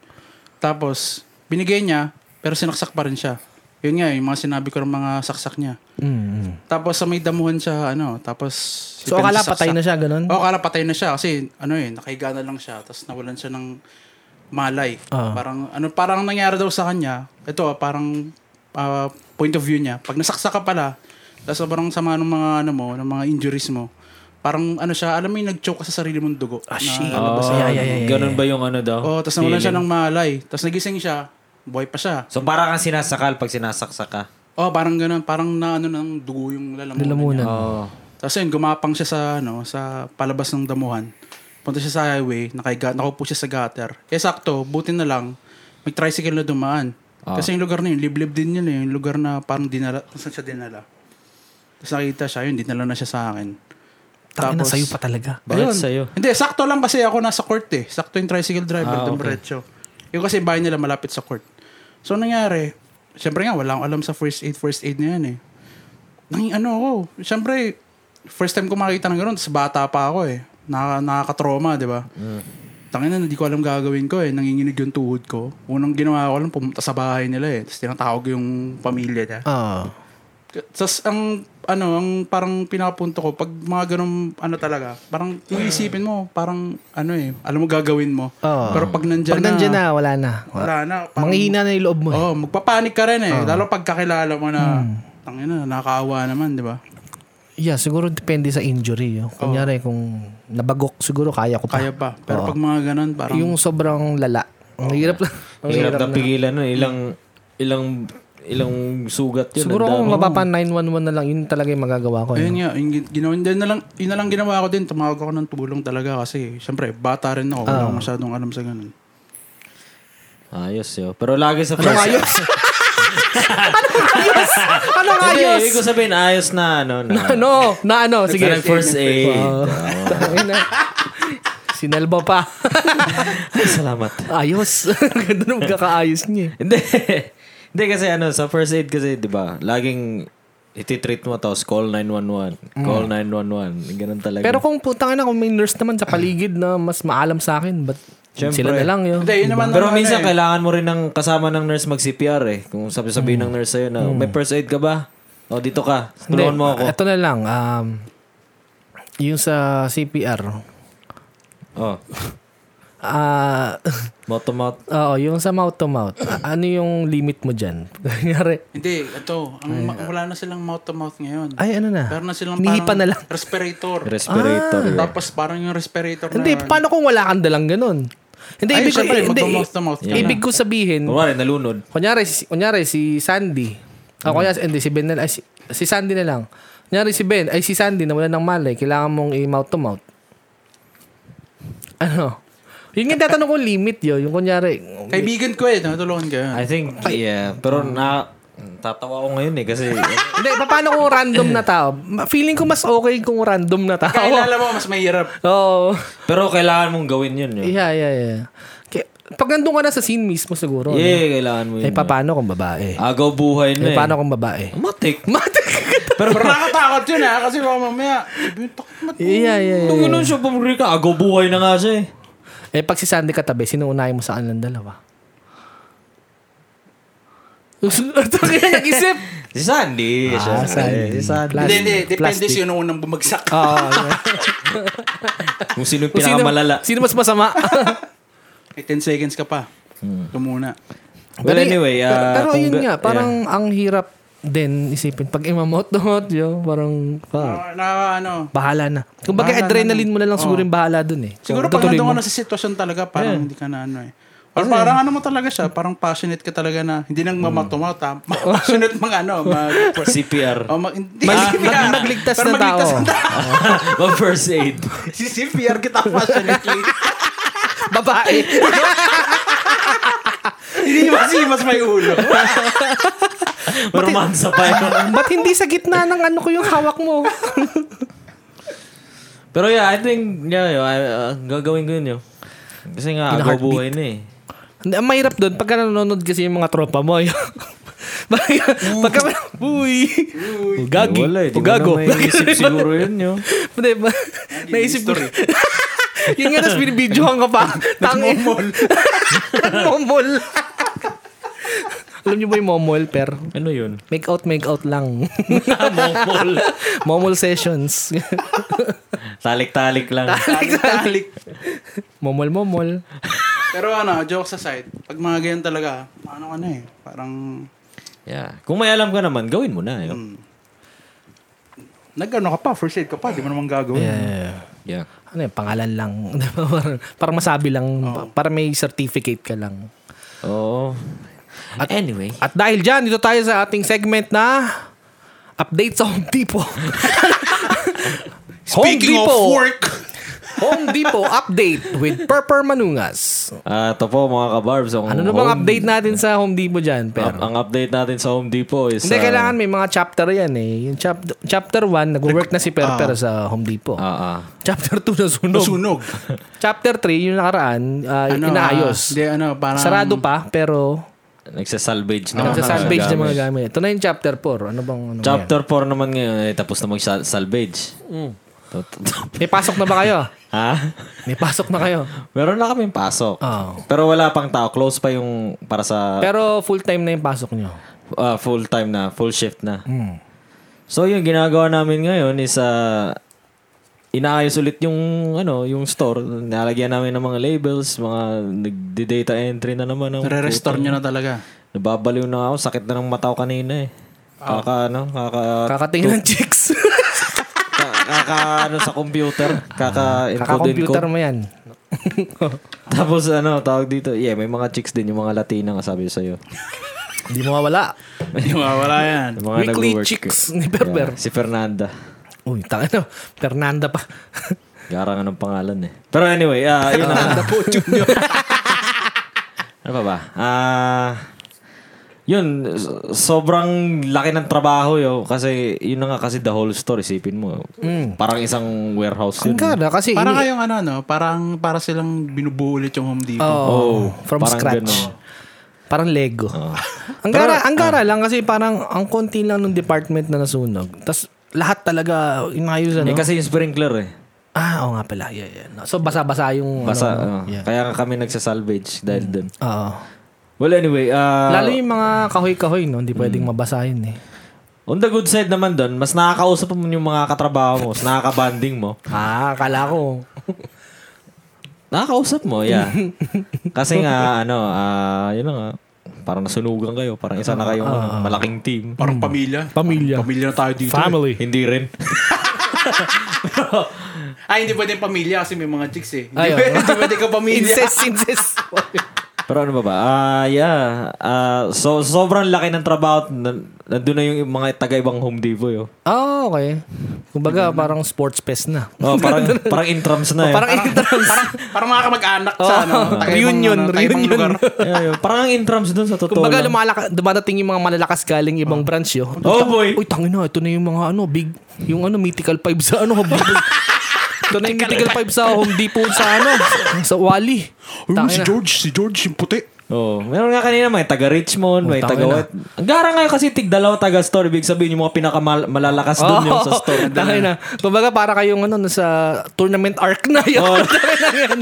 A: Tapos, binigay niya, pero sinaksak pa rin siya. Yun nga, yung mga sinabi ko ng mga saksak niya.
B: Mm.
A: Tapos sa may damuhan siya, ano, tapos...
B: So, akala patay na siya, ganun?
A: Oo, akala patay na siya kasi, ano eh, nakahiga na lang siya. Tapos nawalan siya ng malay.
B: Ah.
A: Parang, ano, parang nangyari daw sa kanya, ito, ah, parang ah, point of view niya. Pag nasaksak ka pala, tapos parang sama ng mga, ano mo, ng mga injuries mo, parang ano siya, alam mo yung nag-choke ka sa sarili mong dugo. na
B: Ah, shit.
C: Ano
A: lalabas sa-
B: Yeah, yeah, yeah, yeah.
C: Ganun ba yung ano daw?
B: Oh,
A: Oo, tapos nawalan Oh, siya
C: Feeling?
A: ng malay. Tapos nagising siya, buhay pa siya.
C: So parang kang sinasakal pag sinasaksak ka.
A: Oh, parang ganun, parang na ano ng dugo yung lalamunan.
B: Lalamunan.
C: Oo.
A: Tapos yun, gumapang siya sa, ano, sa palabas ng damuhan. Punta siya sa highway, nakaiga, nakaupo siya sa gutter. Eh sakto, buti na lang, may tricycle na dumaan.
B: Ah.
A: Kasi yung lugar na yun, liblib din yun eh. Yung lugar na parang dinala, kung saan siya dinala. Tapos nakita siya, yun, dinala na siya sa akin.
B: Tangin na sa'yo pa talaga.
C: Bakit
A: Ayun.
C: sa'yo?
A: Hindi, sakto lang kasi ako nasa court eh. Sakto yung tricycle driver, ah, Yung kasi bahay nila malapit sa court. So, nangyari, syempre nga, wala akong alam sa first aid, first aid na yan eh. Nang, ano ako, syempre, first time ko makita ng ganun, tapos bata pa ako eh. Nakaka, nakaka-trauma, di ba?
C: Mm.
A: Tangin na, hindi ko alam gagawin ko eh. Nanginginig yung tuhod ko. Unang ginawa ko lang, pumunta sa bahay nila eh. Tapos tinatawag yung pamilya niya.
B: Ah.
A: Tapos ang ano, ang parang pinapunto ko pag mga ganun ano talaga, parang kung isipin mo, parang ano eh, alam mo gagawin mo.
B: Oo.
A: Pero pag nandiyan,
B: Pag nandiyan na, wala na.
A: wala na. parang-
B: Manghihina na yung loob mo. eh. Hmm.
A: Oh, magpapanik ka rin eh. Lalo pag kakilala mo na tangina, nakakaawa naman, 'di ba?
B: Yeah, siguro depende sa injury. Yo. Kunyari, kung nabagok, siguro Oh. kaya ko pa.
A: Kaya pa. Pero pag mga ganun, parang
B: Yung sobrang lala. Ang hirap lang. Ang
C: Hirap
B: hirap.
C: na pigilan nun. Ilang, ilang, ilang sugat yun.
B: Siguro
C: Ang
B: kung
C: dami.
B: mapapa 911 na lang, yun talaga yung magagawa [laughs] ko. eh.
A: Ayun nga, yung gin- ginawa, yun na lang, yun na lang ginawa ko din. Tumawag ako ng tulong talaga kasi, syempre, bata rin ako. Wala akong masyadong alam sa ganun.
C: Ayos yun. Pero lagi sa first... Anong Ano, ayos?
B: Anong
C: Hindi, eh,
B: ayos?
C: ibig ko sabihin, ayos na ano. Na,
B: Ano na ano? Na ano? Sige.
C: Parang first aid.
B: Oo. Tangin na. Sinalba pa.
C: [laughs]
B: [laughs]
C: Ay, salamat.
B: Ayos. [laughs] Ganda nung kakaayos niya. eh.
C: Hindi. [laughs] Hindi kasi ano, sa first aid kasi, di ba, laging ititreat mo tapos call 911. Call 911. Ganun talaga.
B: Hmm. Pero kung putang na, kung may nurse naman sa paligid na mas maalam sa akin, ba't sila na lang yun?
A: Hindi, yun naman. ano,
C: Pero
A: ano
C: minsan
A: eh.
C: kailangan mo rin ng kasama ng nurse mag-CPR eh. Kung sabi sabihin ng nurse sa'yo na,
B: Hmm.
C: may first aid ka ba? O dito ka, tulungan mo ako.
B: Ito na lang. Um, yung sa CPR,
C: Oh.
B: ah [laughs]
C: Mouth to mouth.
B: Oo, yung sa mouth to mouth. A- ano yung limit mo dyan? [laughs] Kunyari,
A: Hindi, ito. Ang, ma- wala na silang mouth-to-mouth ngayon.
B: ay ano na?
A: Meron na silang
B: Nihipa na lang. [laughs]
A: respirator.
C: Respirator.
B: Ah.
A: Tapos parang yung respirator na
B: Hindi,
A: yun.
B: paano kung wala kang dalang ganun? Hindi,
A: Ay,
B: ibig,
A: syempre,
B: hindi,
A: magmamouth to mouth ka
B: ibig
A: na.
B: ko sabihin,
C: Kung rin, nalunod.
B: kunyari, si, kunyari si Sandy,
C: Mm.
B: o kunyari, hindi, si Ben na ay, si, si Sandy na lang. Kunyari si Ben, ay si Sandy na wala ng malay, kailangan mong i-mouth to mouth. Ano? Yun yung tatanong ko limit yun. Yung kunyari,
A: Kaibigan ko eh, natulungan ka.
C: I think, yeah. Pero na, tatawa ko ngayon eh kasi [laughs]
B: hindi, paano kung random na tao? Ma- Feeling ko mas okay kung random na tao.
A: Kailala mo, mas mahirap.
B: [laughs] Oo.
C: pero kailangan mong gawin yun. yun.
B: Yeah, yeah, yeah. Kaya, pag nandun ka na sa scene mismo siguro. ano?
C: Yeah, kailangan mo yun.
B: Eh, paano kung babae?
C: Agaw buhay na
B: Eh,
C: eh.
B: paano kung babae?
C: Matik.
B: Matik!
A: Pero, Pero nakatakot yun ah, kasi baka mamaya, ibi yung takot mo.
B: yeah, yeah, yeah.
C: Nung yun siya pabrika, agaw buhay na nga siya eh.
B: Eh, pag si Sandy katabi, sinuunahin mo sa kanilang dalawa. Ito kaya nag-isip.
C: Si Sandy.
B: Ah,
C: siya.
B: Sandy.
C: Si Sandy.
A: Hindi, hindi.
B: Plastic.
A: Depende sino unang bumagsak.
B: Oo.
C: Kung sino yung
B: Kung sino-
C: pinakamalala.
B: Sino mas masama?
A: May 10 seconds ka pa.
B: Hmm.
A: Ito muna.
C: Well,
B: Dali.
C: anyway, ah,
B: pero, pero
C: kung
B: yun
C: ga-
B: nga, parang ang hirap din isipin. Pag [laughs] imamot-mot yun, parang fuck,
A: Ah, na, ano,
B: bahala na. Kung bagay,
A: Bahala na
B: adrenaline mo na lang siguro yung bahala dun eh.
A: Siguro
B: So,
A: pag
B: tutuloy
A: nandun
B: mo.
A: ka na sa sitwasyon talaga, parang hindi ka na ano eh. Or parang ano mo talaga siya, parang passionate ka talaga na hindi
B: Hmm.
A: nang mamatumata, [laughs] passionate mga ano, mag...
B: [laughs]
C: CPR.
A: o mag hindi,
B: Mag-
A: CPR.
B: mag- magligtas
A: Pero
B: ng tao.
A: magligtas ng tao.
C: [laughs] Mag first aid.
A: si CPR kita passionately.
B: Babae.
A: hindi mas mas may ulo.
C: Romansa pa
B: [laughs]
C: yun.
B: [laughs] Ba't hindi sa gitna ng ano ko yung hawak mo?
C: Pero yeah, I think, yeah, yeah uh, gagawin ko yun yun. Kasi nga,
B: In a
C: agaw
B: heartbeat.
C: buhay na eh.
B: Hindi, Ang mahirap doon, pagka nanonood kasi yung mga tropa mo. Yung, [laughs] pagka, pagka,
C: Mm.
B: [laughs] uy, ugagi,
C: Wala eh. Di mo
B: ugago.
C: na
B: [laughs]
C: maiisip siguro yun yun.
B: Hindi ba? Naisip ko. [laughs]
A: history.
B: Yung nga, tapos binibidyohan ka
A: [laughs]
B: pa. Tangin. [laughs] Momol. momol. Alam niyo ba yung momol, per?
C: Ano
B: [laughs]
C: yun?
B: Make out, make out lang. [laughs]
C: Momol.
B: momol
A: [laughs]
B: sessions.
C: Talik-talik lang.
A: Talik-talik.
B: momol, momol.
A: Pero ano, jokes aside, pag mga ganyan talaga, ano ka na eh, parang
C: Yeah. Kung may alam ka naman, gawin mo na.
B: Hmm.
C: Yun.
A: nag-ano ka pa, first aid ka pa, di mo naman gagawin.
C: Yeah.
B: Ano yun, pangalan lang. [laughs] parang, parang masabi lang, pa- para may certificate ka lang.
C: Oo. At anyway.
B: At dahil dyan, dito tayo sa ating segment na Updates sa Home Depot.
A: [laughs] Speaking of
B: Home Depot.
A: work,
B: [laughs] Home Depot update with Perper Manungas.
C: Ah, ito po mga kabarbs. Ang
B: Ano namang update natin sa Home Depot dyan,
C: Up,
B: pero?
C: ang update natin sa Home Depot is...
B: Hindi,
C: ah,
B: kailangan may mga chapter yan eh. Yung chap- chapter 1, nag-work na si Perper sa Home Depot.
C: Ah, ah.
B: Chapter 2, nasunog.
A: [laughs] nasunog.
B: Chapter 3, yung nakaraan, ah,
A: ah,
B: inaayos.
A: Hindi, ano, parang...
B: Sarado pa, pero
C: Nagsasalvage na.
B: Ano sa
C: mga
B: salvage ng mga
C: gamit.
B: gamit. Ito na yung chapter 4. Ano bang ano
C: Chapter 4 naman ngayon, eh, tapos na mag-salvage.
B: yan? May pasok na ba kayo?
C: ha?
B: May pasok na kayo.
C: Meron na kaming pasok.
B: Oh.
C: Pero wala pang tao. Close pa yung para sa
B: Pero full time na yung pasok nyo.
C: ah, full time na, full shift na. So yung ginagawa namin ngayon is ah, inaayos ulit yung ano, yung store. Nalagyan namin ng mga labels, mga nagdi-data entry na naman ng
A: Nare-restore nyo na talaga.
C: Nababaliw na ako, sakit na ng mataw kanina eh. Kaka ano, kaka
B: Kakatingin ng chicks.
C: ka- kaka ano sa computer, kaka encode
B: [laughs] Kaka-computer mo yan.
C: Tapos ano, tawag dito, yeah, may mga chicks din, yung mga Latina nga sabi sa'yo.
B: Hindi mo mawala.
A: Hindi mawawala yan.
C: Yung mga
B: Weekly
C: nag-work. eh.
B: chicks ni
C: Yeah,
B: Berber.
C: si Fernanda.
B: Uy, tanga na. Fernanda pa.
C: Garang ng pangalan eh. Pero anyway, ah, yun na.
A: Tanda po, tune nyo.
C: [laughs] Ano pa ba? Ah, yun, so- sobrang laki ng trabaho yo kasi yun na nga kasi the whole store isipin mo. Parang isang warehouse
B: Mm.
C: yun.
B: Ang kada kasi
A: Parang
B: ini-
A: kayong ano, no? Parang para silang binubuo ulit yung Home Depot.
B: Oh, from
C: parang
B: scratch.
C: ganun.
B: Parang Lego. ang gara, ang gara
C: ah.
B: lang kasi parang ang konti lang ng department na nasunog. Tapos lahat talaga inayos ano.
C: Eh, kasi yung sprinkler eh.
B: Ah, oo nga pala. Yeah, yeah. No. So basa-basa yung
C: Basa,
B: ano,
C: ah,
B: yeah.
C: kaya nga kami nagsasalvage dahil dun.
B: Oo.
C: Well, anyway, ah, Mm.
B: Lalo yung mga kahoy-kahoy, no? Hindi pwedeng mabasa yun eh.
C: on the good side naman dun, mas nakakausap mo yung mga katrabaho mo, mas nakakabanding mo.
B: Ah, akala ko. [laughs]
C: Nakakausap mo, yeah. Kasi nga, ano, ah, yun na nga, parang nasunugan kayo, parang isa na kayong
B: Ah.
C: ano, malaking team.
A: Parang pamilya.
D: Pamilya.
A: Pamilya na tayo dito.
D: Family.
C: Hindi rin. [laughs]
A: Ay, hindi pwedeng pamilya kasi may mga chicks eh. Hindi
B: Ayun.
A: pwede- hindi pwede ka
B: [laughs]
A: pamilya.
B: Incest,
C: [laughs]
B: incest.
C: Pero ano ba ba? Ah, yeah. Ah, so, sobrang laki ng trabaho. Nan- Nandun na yung mga taga-ibang Home Depot, yo.
B: Ah, okay. Kumbaga, parang sports fest na. [laughs]
C: Oh, parang, parang intrams na, eh.
B: Parang entrance. Oh.
A: Parang mga kamag-anak sa ano. taga ibang,
B: Reunion,
A: ano, taga ibang
B: reunion.
A: lugar.
C: Yeah, yo. Parang ang intrams dun sa totoo
B: [laughs] Kumbaga,
C: lang.
B: lumalaka, dumadating yung mga malalakas galing ibang branch, yo.
C: Oh, boy.
B: Uy, tangin na, ito na yung mga ano, big, yung ano, mythical five sa ano, Home Depot. ito na yung mythical five sa Home Depot sa ano, sa Wally.
A: Uy, si
B: Tangin na.
A: George, si George, yung puti.
C: Oh, meron nga kanina may taga Richmond, may
B: tangin
C: taga
B: na.
C: what. Ang gara nga kasi tig dalawa taga store, ibig sabihin yung mga pinakamalalakas
B: Oh.
C: doon yung sa
B: [laughs]
C: store.
B: Tangin na. Kumbaga, para kayong ano, nasa tournament arc na yun. [laughs] Tangin na yan.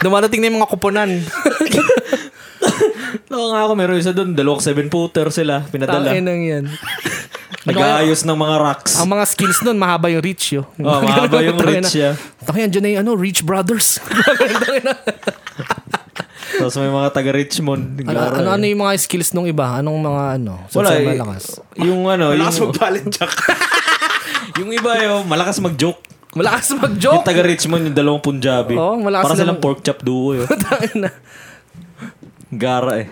B: Dumadating na yung mga
C: [laughs]
B: kuponan.
C: Oo nga ako, meron isa doon, dalawang seven footer sila, pinadala.
B: Tangin na yan.
C: Nag-aayos ng mga racks.
B: Ang mga skills nun, mahaba yung reach yun.
C: Oh,
B: [laughs]
C: mahaba yung reach, yeah.
B: Tangin na, dyan na yung ano, Reach Brothers.
C: Tapos may mga taga Richmond.
B: ano,
C: gara,
B: ano, ano
C: eh.
B: yung mga skills nung iba? Anong mga ano? Sa
C: Wala,
B: sa
C: eh,
B: malakas.
C: yung
B: Oh,
C: ano, yung,
A: Malakas
B: [laughs]
A: magbalit, Jack.
C: yung iba yun, malakas mag-joke.
B: Malakas
C: Yung
B: mag-joke.
C: taga Richmond, yung dalawang Punjabi.
B: Oo, Oh. malakas
C: Para
B: sila
C: silang
B: mag-
C: pork chop duo
B: [laughs]
C: yun.
B: [laughs] Tangin na.
C: Gara eh.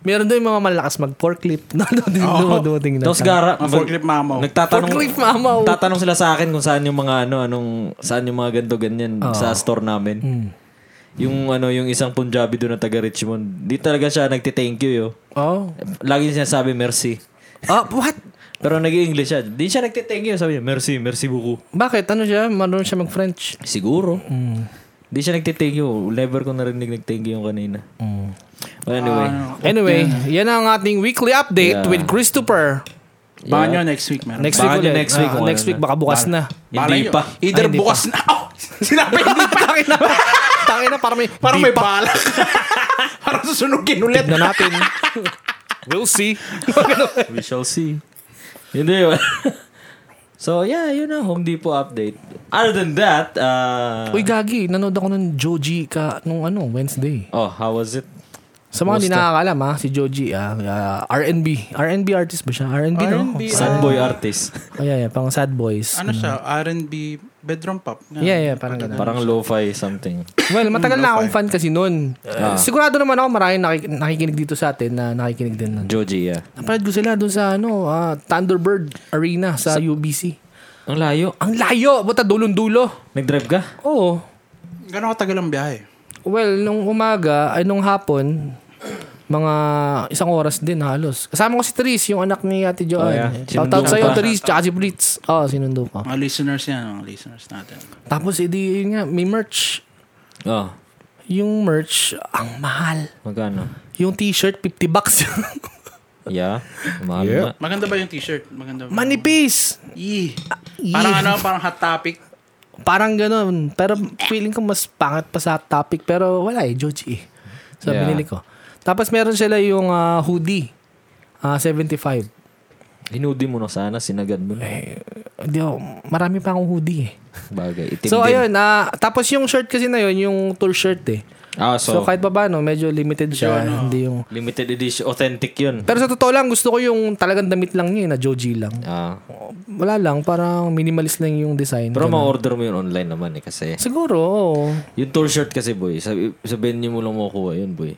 B: Meron doon yung mga malakas mag-forklift. [laughs] No, no, no, no, no, tingnan.
C: Tapos gara,
A: Mga Ah, forklift mamaw.
C: Nagtatanong,
B: Forklift oh. mamaw.
C: Tatanong sila sa akin kung saan yung mga ano, anong, saan yung mga ganto ganyan
B: Ah.
C: sa store namin.
B: Hmm.
C: Yung ano, yung isang Punjabi doon na taga Richmond, di talaga siya nagte-thank you yo.
B: Oh.
C: Lagi niya sabi mercy.
B: Ah, what?
C: Pero nag-English siya. Di siya nagte-thank you. Sabi niya, merci, merci beaucoup.
B: Bakit? Ano siya? Marunong siya mag-French.
C: Siguro.
B: Hmm.
C: Di siya nagte-thank you. Never ko narinig nag-thank you yung kanina.
B: Hmm.
A: Ah,
C: Well, anyway.
B: Anyway, yan ang ating weekly update with Christopher.
A: Baka nyo next week meron.
B: Next
C: Baka
B: week
C: nyo
B: ulit.
C: next week
B: Ah,
C: kung
B: next
C: ano
B: week,
C: na.
B: baka bukas na. [laughs]
A: Malay
C: hindi
A: nyo.
C: pa.
A: Either
B: Ay, hindi
A: bukas na. Oh, [laughs] sinabi hindi pa.
B: Tangin na. Tangin na, parang may...
A: Parang may balak. [laughs] Parang susunugin ulit.
B: na natin. We'll see.
C: We shall see. Hindi [laughs] yun. so, yeah, yun na. Home Depot update. Other than that, uh,
B: [laughs] Uy, Gagi, nanood ako ng Joji ka nung ano, Wednesday.
C: oh, how was it?
B: Sa mga hindi nakakalam ha, si Joji, ah, ah, R&B. R&B artist ba siya? R&B, no?
A: R&B,
C: Sad boy artist.
B: Oh, yeah, yeah, pang sad boys.
A: Ano siya? R&B bedroom pop.
B: Yeah, yeah, parang ganun.
C: Parang lo-fi something.
B: Well, matagal na akong fan kasi noon.
C: Ah.
B: Uh, sigurado naman ako maraming nakik- nakikinig dito sa atin na nakikinig din nun.
C: Joji, yeah.
B: Napanood ko sila doon sa ano, ah, Thunderbird Arena sa, UBC.
C: Ang layo.
B: Ang layo! Buta dulong-dulo.
C: Nag-drive ka?
B: Oo.
A: Gano'n katagal ang biyahe?
B: Well, nung umaga, ay nung hapon, mga isang oras din halos. Kasama ko si Therese, yung anak ni Ate Joanne.
C: Oh, yeah.
B: Shout
C: Sinundo
B: out
C: ka
B: sa'yo,
C: pa.
B: Therese, tsaka si Blitz. Oo, sinundo ko.
A: Mga listeners yan, mga listeners natin.
B: Tapos, edi, yun nga, may merch.
C: Oh,
B: Yung merch, ang mahal.
C: magkano?
B: Yung t-shirt, 50 bucks. [laughs]
C: Yeah. Mahal na.
A: Maganda ba yung t-shirt? Maganda ba?
B: Manipis!
A: Yee.
B: yee.
A: Parang ano, parang hot topic.
B: Parang ganun. Pero feeling ko mas pangat pa sa topic. Pero wala eh, Joji eh. So,
C: Yeah.
B: binili ko. Tapos, meron sila yung ah, hoodie. Ah, 75.
C: Hinudi mo na sana, sinagad mo na.
B: Eh, Hindi ako, marami pa akong hoodie eh.
C: Bagay, itim
B: so,
C: din.
B: ayun. ah, tapos yung shirt kasi na yun, yung tour shirt eh.
C: Ah,
B: So,
C: so,
B: kahit pa paano, medyo limited siya. Hindi yung...
C: limited edition, authentic yun.
B: Pero sa totoo lang, gusto ko yung talagang damit lang niya eh, na Joji lang.
C: Ah.
B: Wala lang, parang minimalist lang yung design. Oh,
C: Pero
B: Ganun.
C: ma-order mo yun online naman eh kasi.
B: Siguro, oo.
C: Yung tour shirt kasi boy, sabi, sabihin niyo mo lang makukuha yun boy.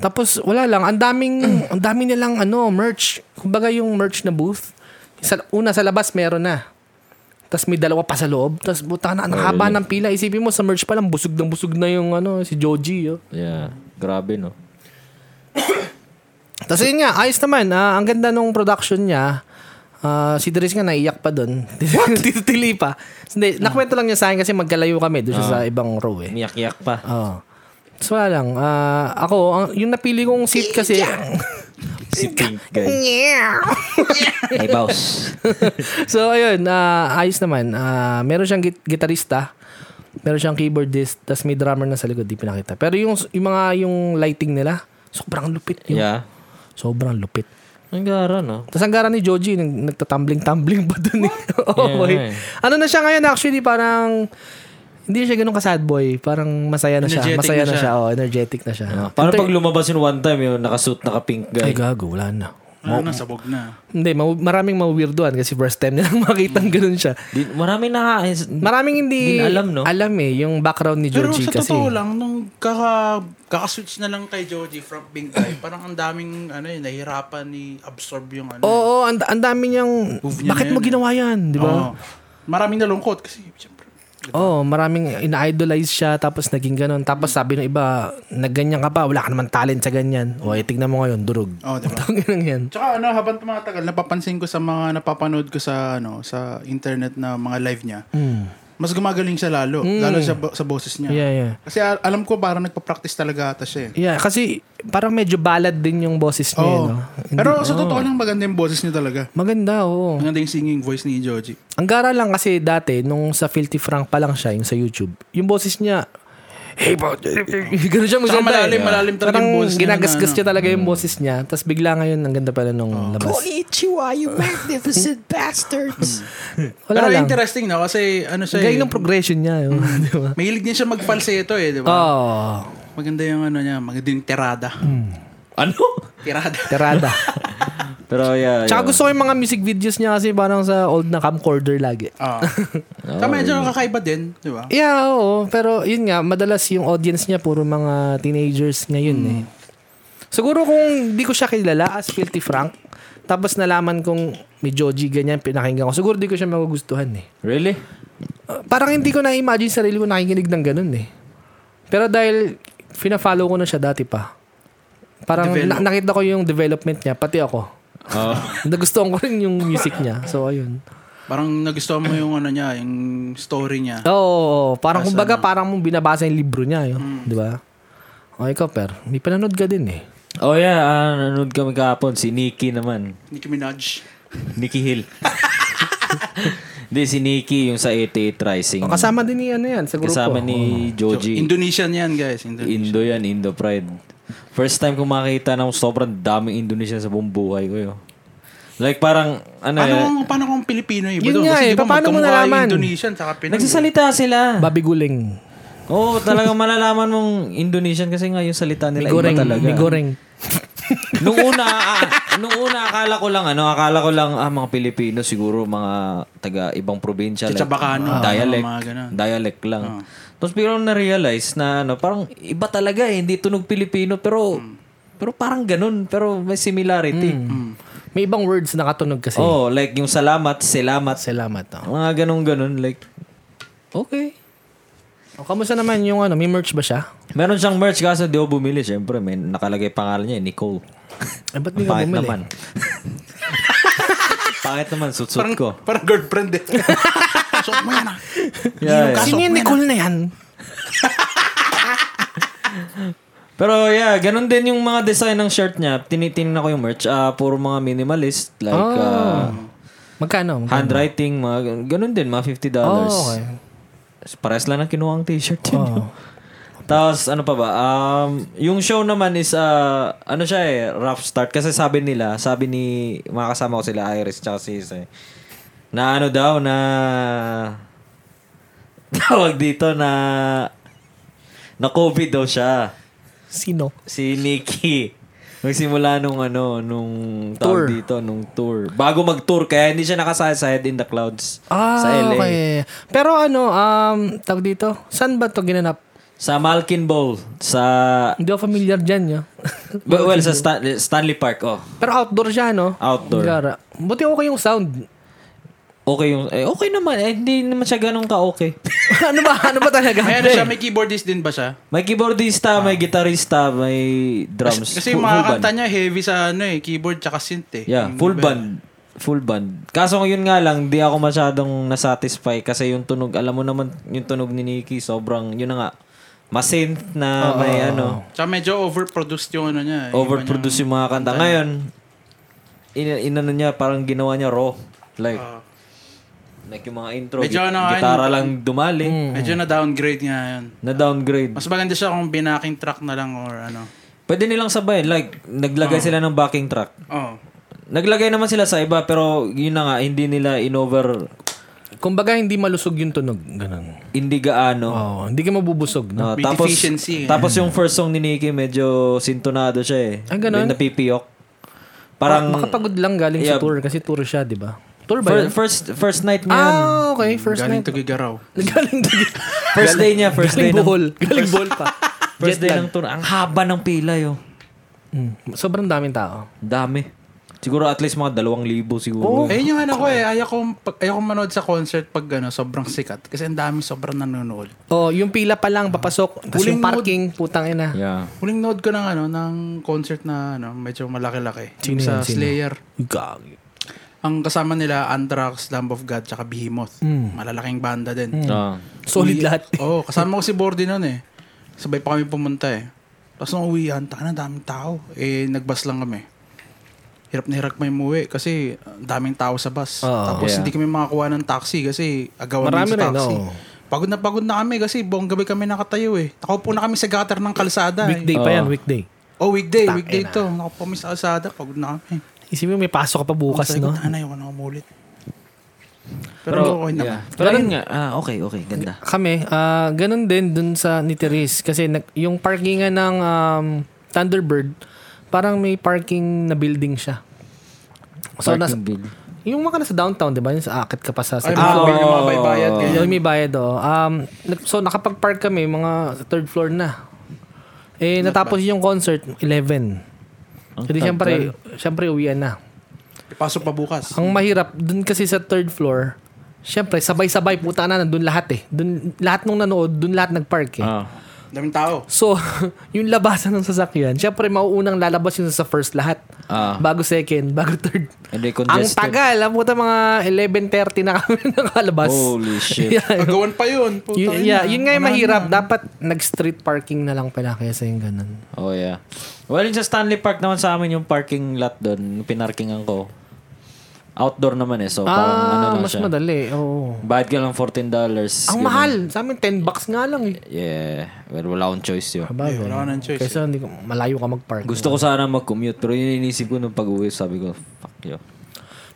B: Tapos, wala lang. Ang daming, ang dami nilang ano, merch. Kumbaga yung merch na booth. Sa, una, sa labas, meron na. Tapos may dalawa pa sa loob. Tapos buta na, ang haba ng pila. Isipin mo, sa merch pa lang, busog ng busog na yung ano, si Joji. Oh.
C: Yeah. Grabe no.
B: Tapos yun nga, ayos naman. Ah, ang ganda nung production niya. Ah, si Dries nga naiyak pa doon. [laughs] Titili pa. Hindi, nakwento lang niya sa akin kasi magkalayo kami doon siya sa ibang row eh.
C: Miyak-yak pa.
B: Oo. So wala lang. Ah, ako, ang, yung napili kong seat kasi...
C: Si Pink guy. hey boss.
B: [laughs] so ayun, ah, ayos naman. Ah, meron siyang git- gitarista. Meron siyang keyboardist. Tapos may drummer na sa likod. Di pinakita. Pero yung, yung mga yung lighting nila, sobrang lupit yun.
C: Yeah.
B: Sobrang lupit.
C: Ang gara no.
B: Tapos ang gara ni Joji, nag- nagtatumbling-tumbling pa dun eh. [laughs] Oo,
C: Yeah,
B: boy.
C: yeah.
B: Ano na siya ngayon actually, parang hindi siya ganun ka-sad boy. Parang masaya na siya.
A: Energetic
B: Masaya
A: na
B: na
A: siya.
B: siya. Oh, energetic na siya.
C: Parang pag lumabas yung one time, yung nakasuit, naka-pink
B: Ay,
C: guy.
B: gago. Wala na.
A: Ano na, sabog na.
B: Hindi, ma- maraming ma-weirdoan kasi first time nilang [laughs] makita ganun siya.
C: Di, maraming naka...
B: Maraming hindi
C: Hindi na alam, no?
B: alam eh, yung background ni
A: Pero
B: Georgie
A: sa
B: kasi.
A: totoo lang, nung kaka, kakaswitch na lang kay Joji from Big Guy, [clears throat] parang ang daming ano, yun, nahirapan ni absorb yung ano.
B: Oo, ang, ang dami niyang,
A: Move niya
B: bakit
A: na
B: mo
A: yun, eh."
B: ginawa yan? Di ba?
A: Oo. Maraming nalungkot kasi siyempre.
B: Oo, maraming ina-idolize siya tapos naging ganun. Tapos sabi ng iba, nagganyan ka pa, wala ka naman talent sa ganyan. O, eh, tignan mo ngayon, durog. [laughs]
A: Oh, diba?
B: Ganun yan.
A: Tsaka ano, habang tumatagal, napapansin ko sa mga napapanood ko sa ano sa internet na mga live niya, mas gumagaling siya lalo. Lalo sa, bo- sa boses niya.
B: Hmm. Yeah, yeah.
A: Kasi a- alam ko parang nagpa-practice talaga ata siya eh.
B: Yeah, kasi parang medyo balad din yung boses niya. eh,
A: Oo.
B: No? oh.
A: Pero sa totoo lang, maganda yung boses niya talaga.
B: Maganda, oo.
A: Maganda yung singing voice ni Joji.
B: Ang gara lang kasi dati, nung sa Filthy Frank pa lang siya, yung sa YouTube, yung boses niya, Hey, bro. [laughs] Ganun siya
A: Tsaka
B: maganda.
A: malalim,
B: eh.
A: malalim talaga
B: Parang
A: yung boses niya
B: Ginagasgas
A: na ano. Oh.
B: niya talaga yung boses niya. Tapos bigla ngayon, ang ganda pala nung labas.
D: Konnichiwa,
B: [laughs]
D: you magnificent bastards.
B: Hmm. Wala
A: Pero
B: lang.
A: interesting no, kasi ano siya eh, Hmm.
B: Gaya ng progression niya. Yung, [laughs] di ba?
A: mahilig din siya mag-falsetto eh, di ba?
B: Oh,
A: Maganda yung ano niya, maganda yung tirada.
C: Ano?
A: Tirada. [laughs]
B: terada.
C: Pero yeah,
B: Tsaka
C: yeah.
B: gusto ko yung mga music videos niya kasi parang sa old na camcorder lagi.
A: Oo. Tsaka medyo kakaiba din, di ba?
B: Yeah, oo. Pero yun nga, madalas yung audience niya puro mga teenagers ngayon eh. Siguro kung di ko siya kilala as Filthy Frank, tapos nalaman kong may Joji ganyan pinakinggan ko, siguro di ko siya magugustuhan eh.
C: Really?
B: Uh, parang hindi ko na-imagine sarili ko nakikinig ng ganun eh. Pero dahil fina-follow ko na siya dati pa, parang
A: Develop.
B: na- nakita ko yung development niya, pati ako.
C: Oo.
B: [laughs] Nagustuhan ko rin yung music niya. So, ayun.
A: Parang nagustuhan mo yung ano niya, yung story niya.
B: Oo, oo, oo. parang kumbaga parang mong binabasa yung libro niya, yun,
C: Hmm.
B: 'di ba? O ikaw, per, may pananood ka din eh.
C: Oh yeah, ah, nanonood kami kahapon. Si Nikki naman.
A: Nicki Minaj.
C: Nikki Hill. [laughs] Hindi, si Nikki yung sa 88 Rising.
B: O, kasama din ni ano yan sa grupo. Oh.
C: Kasama ni
A: So,
C: Joji.
A: Indonesian yan, guys. Indonesian.
B: [laughs]
C: Indo yan, Indo Pride. First time ko makita ng sobrang daming Indonesian sa buong buhay ko yun. Like parang, ano
A: Paano
C: eh,
A: kung, paano kung Pilipino eh?
B: Yun nga eh, paano mo nalaman?
A: Indonesian sa Pinoy.
C: nagsasalita sila.
B: Bobby Guling.
C: Oo, oh, talagang malalaman mong Indonesian kasi nga yung salita nila
B: Goreng,
C: iba talaga.
B: may goreng.
C: nung una, ah, nung una akala ko lang ano, akala ko lang ah, mga Pilipino siguro mga taga ibang probinsya
A: Chichabacano,
C: mga dialect,
A: ah, mga ganun. Ah.
C: dialect lang. Tapos bigla ko na-realize na ano, parang iba talaga eh, hindi tunog Pilipino pero
A: Hmm.
C: pero parang ganun, pero may similarity.
B: Hmm. May ibang words na katunog
A: Hmm.
B: kasi.
C: Oh, like yung salamat, salamat,
B: Salamat. Oh.
C: mga ganun ganun like okay.
B: O, kamusta naman yung ano, may merch ba siya?
C: Meron siyang merch kaso di ako bumili syempre, may nakalagay pangalan niya eh, Nicole.
B: Eh, ba't
C: Ang
B: di ka
C: Pangit
B: bumili?
C: naman. Pangit naman, sutsut
A: Parang,
C: ko.
A: [laughs] parang girlfriend
B: [laughs]
A: eh. Suot mo yan ah.
C: Yeah, yeah.
B: Sino yung Nicole na yan?
C: Pero yeah, ganun din yung mga design ng shirt niya. Tinitingnan ko yung merch. ah puro mga minimalist. Like, ah,
B: Magkano? Magkano?
C: handwriting. Mga, gan- ganun din, mga $50.
B: Oh, okay. Ah.
C: Pares lang ang kinuha ang t-shirt yun. [laughs] Tapos, ano pa ba? Um, yung show naman is, ah, ano siya eh, rough start. Kasi sabi nila, sabi ni mga kasama ko sila, Iris, tsaka si Isay, na ano daw, na [laughs] tawag dito na na COVID daw siya
B: Sino?
C: si Nikki. Nagsimula nung ano, nung tour. dito, nung tour. Bago mag-tour, kaya hindi siya nakasaya sa Head in the Clouds
B: Ah,
C: sa LA.
B: okay. Pero ano, um, tawag dito, saan ba to ginanap?
C: Sa Malkin Bowl, sa...
B: Hindi ako familiar dyan, yo. [laughs]
C: Well, well, sa Stan- Stanley Park, oh.
B: Pero outdoor siya, no?
C: Outdoor.
B: Gara. Buti okay yung sound. [laughs]
C: Okay yung... Eh, okay naman. Eh, hindi naman siya ganun ka-okay.
B: ano ba? Ano ba talaga?
A: May ano siya, may keyboardist din ba siya?
C: May keyboardista,
B: Ah.
C: may gitarista, may drums.
A: Kasi yung
C: Fu-
A: mga
C: full band.
A: kanta niya heavy sa ano eh, keyboard tsaka synth eh.
C: Yeah, full band. Full band. Kaso yun nga lang, di ako masyadong nasatisfy kasi yung tunog, alam mo naman, yung tunog ni Nikki, sobrang, yun na nga, masynth na may ano,
A: Tsaka medyo overproduced yung ano niya. eh.
C: overproduce yung mga kanta. Ngayon, in- inano niya, parang ginawa niya raw. Like,
A: Ah.
C: like yung mga intro,
A: Medyo
C: git-
A: ano Mm. nga,
C: gitara lang dumali,
A: Medyo na-downgrade nga yun.
C: na downgrade.
A: Mas maganda siya kung binaking track na lang or ano.
C: Pwede nilang sabay, like,
A: Ah.
C: naglagay sila ng backing track.
A: Oh.
C: Naglagay naman sila sa iba pero yun na nga hindi nila inover
B: Kumbaga, hindi malusog yung tunog. Ganun.
C: Hindi gaano.
B: Oh, hindi ka mabubusog. No?
C: No,
A: May
C: Ah, tapos,
A: deficiency, eh.
C: tapos yung first song ni Nicki, medyo sintonado siya eh.
B: Mm. Ah, ganun?
C: May napipiyok. Parang,
B: Makapagod lang galing
C: Yeah.
B: sa tour kasi tour siya, di ba? Tour Ano ba
C: fir-
B: yun?
C: first, first night niya.
B: Ah, okay. First
A: Galing
B: night.
A: Tugigaraw.
B: [laughs] Galing to
C: First day niya, first day
B: Galing
C: ng,
B: Bohol. Galing Bohol pa.
C: first
B: Jet
C: day
B: lag.
C: ng tour. Ang haba ng pila yun.
B: Mm, Sobrang daming tao.
C: Dami. Siguro at least mga dalawang libo
B: Oh.
C: siguro.
A: Eh yung ano ko eh, ayaw kong, pag- ayaw kong manood sa concert pag ano, sobrang sikat. Kasi ang dami sobrang nanonood.
B: Oh, yung pila pa lang papasok, tapos
A: Huling
B: yung parking, putang ina.
C: Yeah.
A: Huling nod ko ng ano, ng concert na ano, medyo malaki-laki. Yung
B: Sino
A: sa
B: yan? Sino?
A: Slayer.
B: Gagi.
A: Ang kasama nila, Anthrax, Lamb of God, tsaka Behemoth.
B: Hmm.
A: Malalaking banda din.
C: Ah.
B: Solid
A: Uwi-
B: lahat. [laughs]
A: Oo, kasama ko si Bordy nun eh. Sabay pa kami pumunta eh. Tapos nung uwihan, taka na, daming tao. Eh, nagbas lang kami. Hirap na hirap may muwi kasi uh, daming tao sa bus.
B: Oo.
A: Tapos
C: Yeah.
A: hindi kami makakuha ng taxi kasi agawan din
B: Marami
A: sa
B: rin,
A: taxi.
B: oo.
A: Pagod na pagod na kami kasi buong gabi kami nakatayo eh. Nakaupo na kami sa gutter ng kalsada. eh.
B: Weekday pa
C: Oh.
B: yan, weekday.
A: Oh, weekday.
B: Tangina.
A: Weekday to. Nakaupo kami sa kalsada. Pagod na kami.
B: Isipin mo, may pasok ka pa bukas,
A: Sabi ko,
B: no?
A: "Tangina, ayaw ko na umulit. Pero,
C: Pero,
A: okay naman.
C: yeah. Pero yun nga, ah, okay, okay, ganda.
B: Kami, ah ganun din dun sa ni Therese. Kasi nag, yung parkingan ng um, Thunderbird, parang may parking na building siya. So, nas, yung mga nasa downtown, di ba? Yung sa akit ka pa sa...
A: Ay,
B: sa-
A: mga
C: Ah,
A: sabi ng mga
C: oo.
A: baybayad.
B: Oh.
A: ganyan.
B: Yung may bayad oo. Um, nag- so nakapag-park kami mga third floor na. Eh natapos yung concert 11. Kasi syempre, syempre uwian na.
A: Pasok pa bukas.
B: Ang mahirap dun kasi sa third floor, syempre sabay-sabay puta na nandun lahat eh. Dun lahat nung nanood, dun lahat nagpark eh.
C: Ah.
A: Daming
B: [laughs]
A: tao.
B: So, yung labasan ng sasakyan, syempre mauunang lalabas yung sa first lahat.
C: Ah.
B: Bago second, bago third.
C: And they
B: Ang
C: congested.
B: tagal, ang puta mga 11.30 na kami [laughs] nakalabas.
C: Holy
B: [laughs]
C: shit.
B: Yeah.
A: Agawan pa yun. Puta ina.
B: Y- yeah, yun nga yung
A: Wala
B: mahirap.
A: na.
B: Dapat nag-street parking na lang pala kaysa yung ganun.
C: Oh yeah. Well, yun sa Stanley Park naman sa amin yung parking lot doon, pinarkingan ko. Outdoor naman eh, so parang ano
B: ah,
C: lang
B: mas
C: siya.
B: madali. Oo.
C: Bayad ka lang
B: Ang
C: $14. ganun.
B: mahal. Sa amin, 10 bucks nga lang eh.
C: Yeah, well, wala akong choice yun.
B: Habagay.
A: wala ka ng choice, eh.
B: Kaysa hindi ko, malayo ka mag-park.
C: Gusto ko sana mag-commute, pero yun inisip ko nung pag-uwi, sabi ko, fuck you.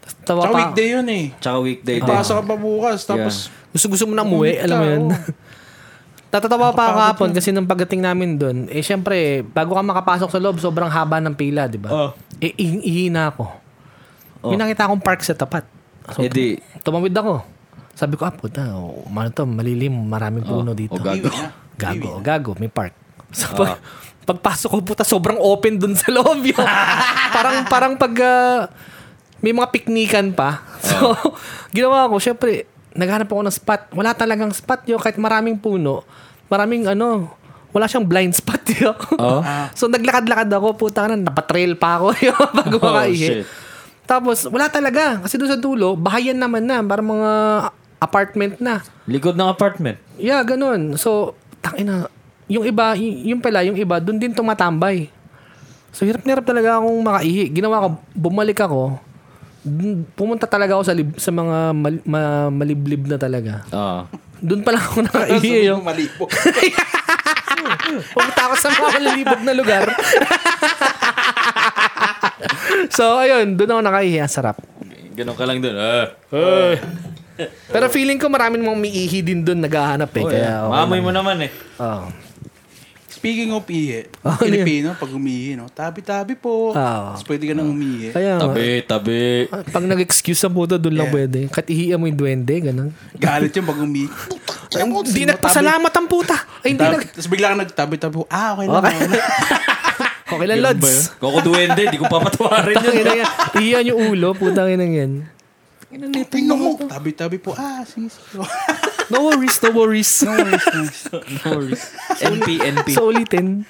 B: Tas Tawa
A: Tsaka
B: pa.
A: weekday yun eh.
C: Tsaka weekday
B: Ah,
C: din.
A: Ipasok ka pa bukas.
C: [laughs]
A: Tapos,
B: Gusto, gusto mo na umuwi, alam mo yun. [laughs] Tatatawa pa ako kahapon kasi nung pagdating namin doon, eh syempre, bago ka makapasok sa loob, sobrang haba ng pila, di ba?
C: Oh.
B: Eh, ihi- ihi na ako. May nakita akong park sa tapat.
C: Eh di,
B: Tumawid ako. Sabi ko, ah, puta, oh, ano to, malilim, maraming puno dito.
C: oh, gago. Ah.
B: Gago, oh, gago, may park. [laughs] So, pag, pagpasok ko, puta, sobrang open dun sa loob
C: [laughs]
B: yun. parang, parang pag, ah, may mga piknikan pa. [laughs] So,
C: Ah.
B: ginawa ko, syempre, naghanap ako ng spot. Wala talagang spot yun, kahit maraming puno. Maraming, ano, wala siyang blind spot yun.
C: Oh.
B: so, naglakad-lakad ako, puta na, napatrail pa ako [laughs] yun bago
C: Oh,
B: makaihi.
C: shit.
B: Tapos, wala talaga. Kasi doon sa dulo, bahayan naman na. Parang mga apartment na.
C: Likod ng apartment.
B: Yeah, ganun. So, tangina. Yung iba, y- yung pala, yung iba, doon din tumatambay. So, hirap na hirap talaga akong makaihi. Ginawa ko, bumalik ako. Dun- Pumunta talaga ako sa, lib- sa mga mal- ma- maliblib na talaga.
C: Ah.
B: Doon pala ako
C: [laughs]
B: nakaihi.
A: Sabi
B: yung-
A: mo, mali po.
B: Pumunta ako sa mga malalibog na lugar. [laughs] so, ayun. Doon ako nakaihi. Ang sarap.
C: Ganun ka lang doon. Ah.
B: Pero feeling ko maraming mga umiihi din doon naghahanap
C: Oh,
B: eh. Kaya, Oh. okay.
C: Maamoy mo naman eh.
B: Oo.
A: Speaking of ihi,
B: Oh,
A: Pilipino, pag umihi, no? Tabi-tabi po.
B: Ah.
A: Tapos pwede ka nang umihi.
B: Kaya,
C: Tabi, tabi.
B: Ah, Pag nag-excuse ang puto, doon lang
A: Yeah.
B: pwede. Kahit ihiya mo yung duwende, ganun.
A: Galit yung pag umihi. Oh,
B: Hindi nagpasalamat ang puta. Ay, hindi nag...
A: Tapos bigla ka nagtabi-tabi. Ah, okay lang.
B: Okay.
A: [laughs] okay lang.
B: Okay lang, Lods.
C: Kung ako duwende, di ko papatawarin yun.
B: Tangin na yan. Ihiyan yung ulo, putang ina yan.
A: Tingnan mo. Tabi-tabi po. Ah, sige, sige.
B: No worries, no worries.
A: No worries, no worries.
B: [laughs]
C: NP, NP.
B: so, ulitin.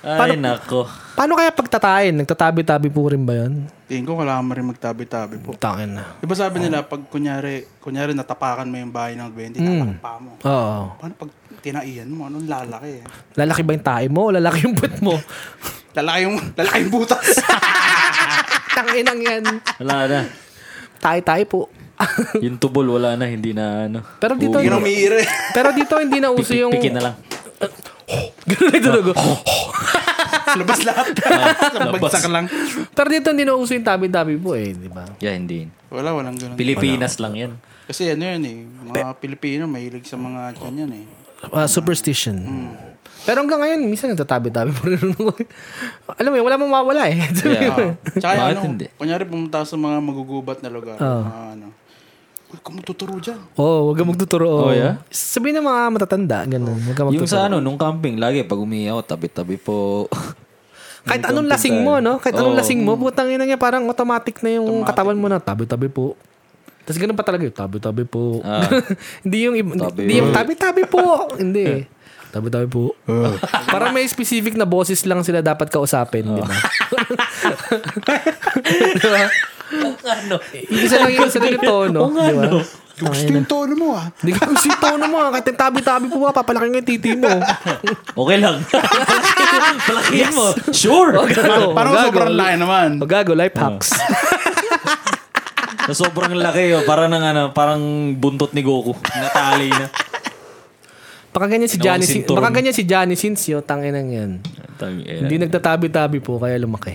C: Ay, nako.
B: Paano kaya pagtatayin? Nagtatabi-tabi po rin ba yun?
A: Tingin ko, kailangan mo rin magtabi-tabi po.
B: Tangin na.
A: Diba sabi nila, pag kunyari, kunyari natapakan mo yung bahay ng 20, mm. pa mo.
B: Oo.
A: Paano pag tinaian mo? Anong lalaki eh?
B: Lalaki ba yung tae mo o lalaki yung butt mo?
A: Lalaki yung, lalaki yung butas.
B: Tanginang yan.
C: Wala na.
B: Tae-tae po. [laughs]
C: Yung tubol, wala na. Hindi na ano.
B: Pero dito,
A: Hindi na umiire. [laughs]
B: [laughs] pero dito hindi na uso yung...
C: Pikin na lang.
B: Ganun na yung tunog.
A: Labas lahat. [laughs] Bagsak lang.
B: Pero dito hindi nauso yung tabi-tabi po eh, di ba?
C: Yeah, hindi.
A: Wala, walang ganun.
C: Pilipinas lang yan.
A: Kasi ano yan eh, mga Pilipino mahilig sa mga ganyan eh.
B: Ah, superstition. Pero hanggang ngayon, minsan nagtatabi-tabi pa rin. [laughs] Alam mo yun, wala mong mawala eh. [laughs]
C: Yeah.
A: Tsaka
C: Bakit
A: ano,
C: hindi?
A: kunyari pumunta ka sa mga magugubat na lugar. mga ano, Uy, kung tuturo dyan.
B: Oo, oh, huwag kang magtuturo. Oh,
C: yeah?
B: Sabihin ng mga matatanda, ganun. Huwag kang
C: Yung
B: magtuturo.
C: sa ano, nung camping, lagi pag umiyaw, tabi-tabi po. [laughs]
B: Kahit anong lasing mo, no? Kahit anong lasing mo, putang ina niya, parang automatic na yung katawan mo na, tabi-tabi po. Tapos ganun pa talaga yun, tabi-tabi po. [laughs] hindi yung, iba- hindi-
C: Tabi.
B: hindi yung tabi-tabi Ah. [laughs] po. Ah. hindi eh. Tabi-tabi po. [laughs] parang may specific na boses lang sila dapat kausapin, di [laughs] ba?
C: ano?
B: Isa lang yung isa lang yung tono, di ba?
A: Gusto yung tono mo ah.
B: Hindi ko gusto yung tono mo, ah. kahit yung tabi-tabi po, ah, papalaki nga yung titi mo.
C: Okay lang. [laughs] Palakihin mo. Sure.
B: Wag [laughs] gago.
A: Parang
B: wag gago. Ah.
A: sobrang laki naman.
B: Wag Oh, gago, life hacks.
C: [laughs] Na sobrang laki oh, para nang ano, parang buntot ni Goku. Natali
B: [laughs]
C: na.
B: Baka ganyan si
C: Ginawang
B: Johnny, Sin-
C: sinturon.
B: baka ganyan si Johnny Sincio, tangin ng yan. Hindi nagtatabi-tabi po, kaya lumaki.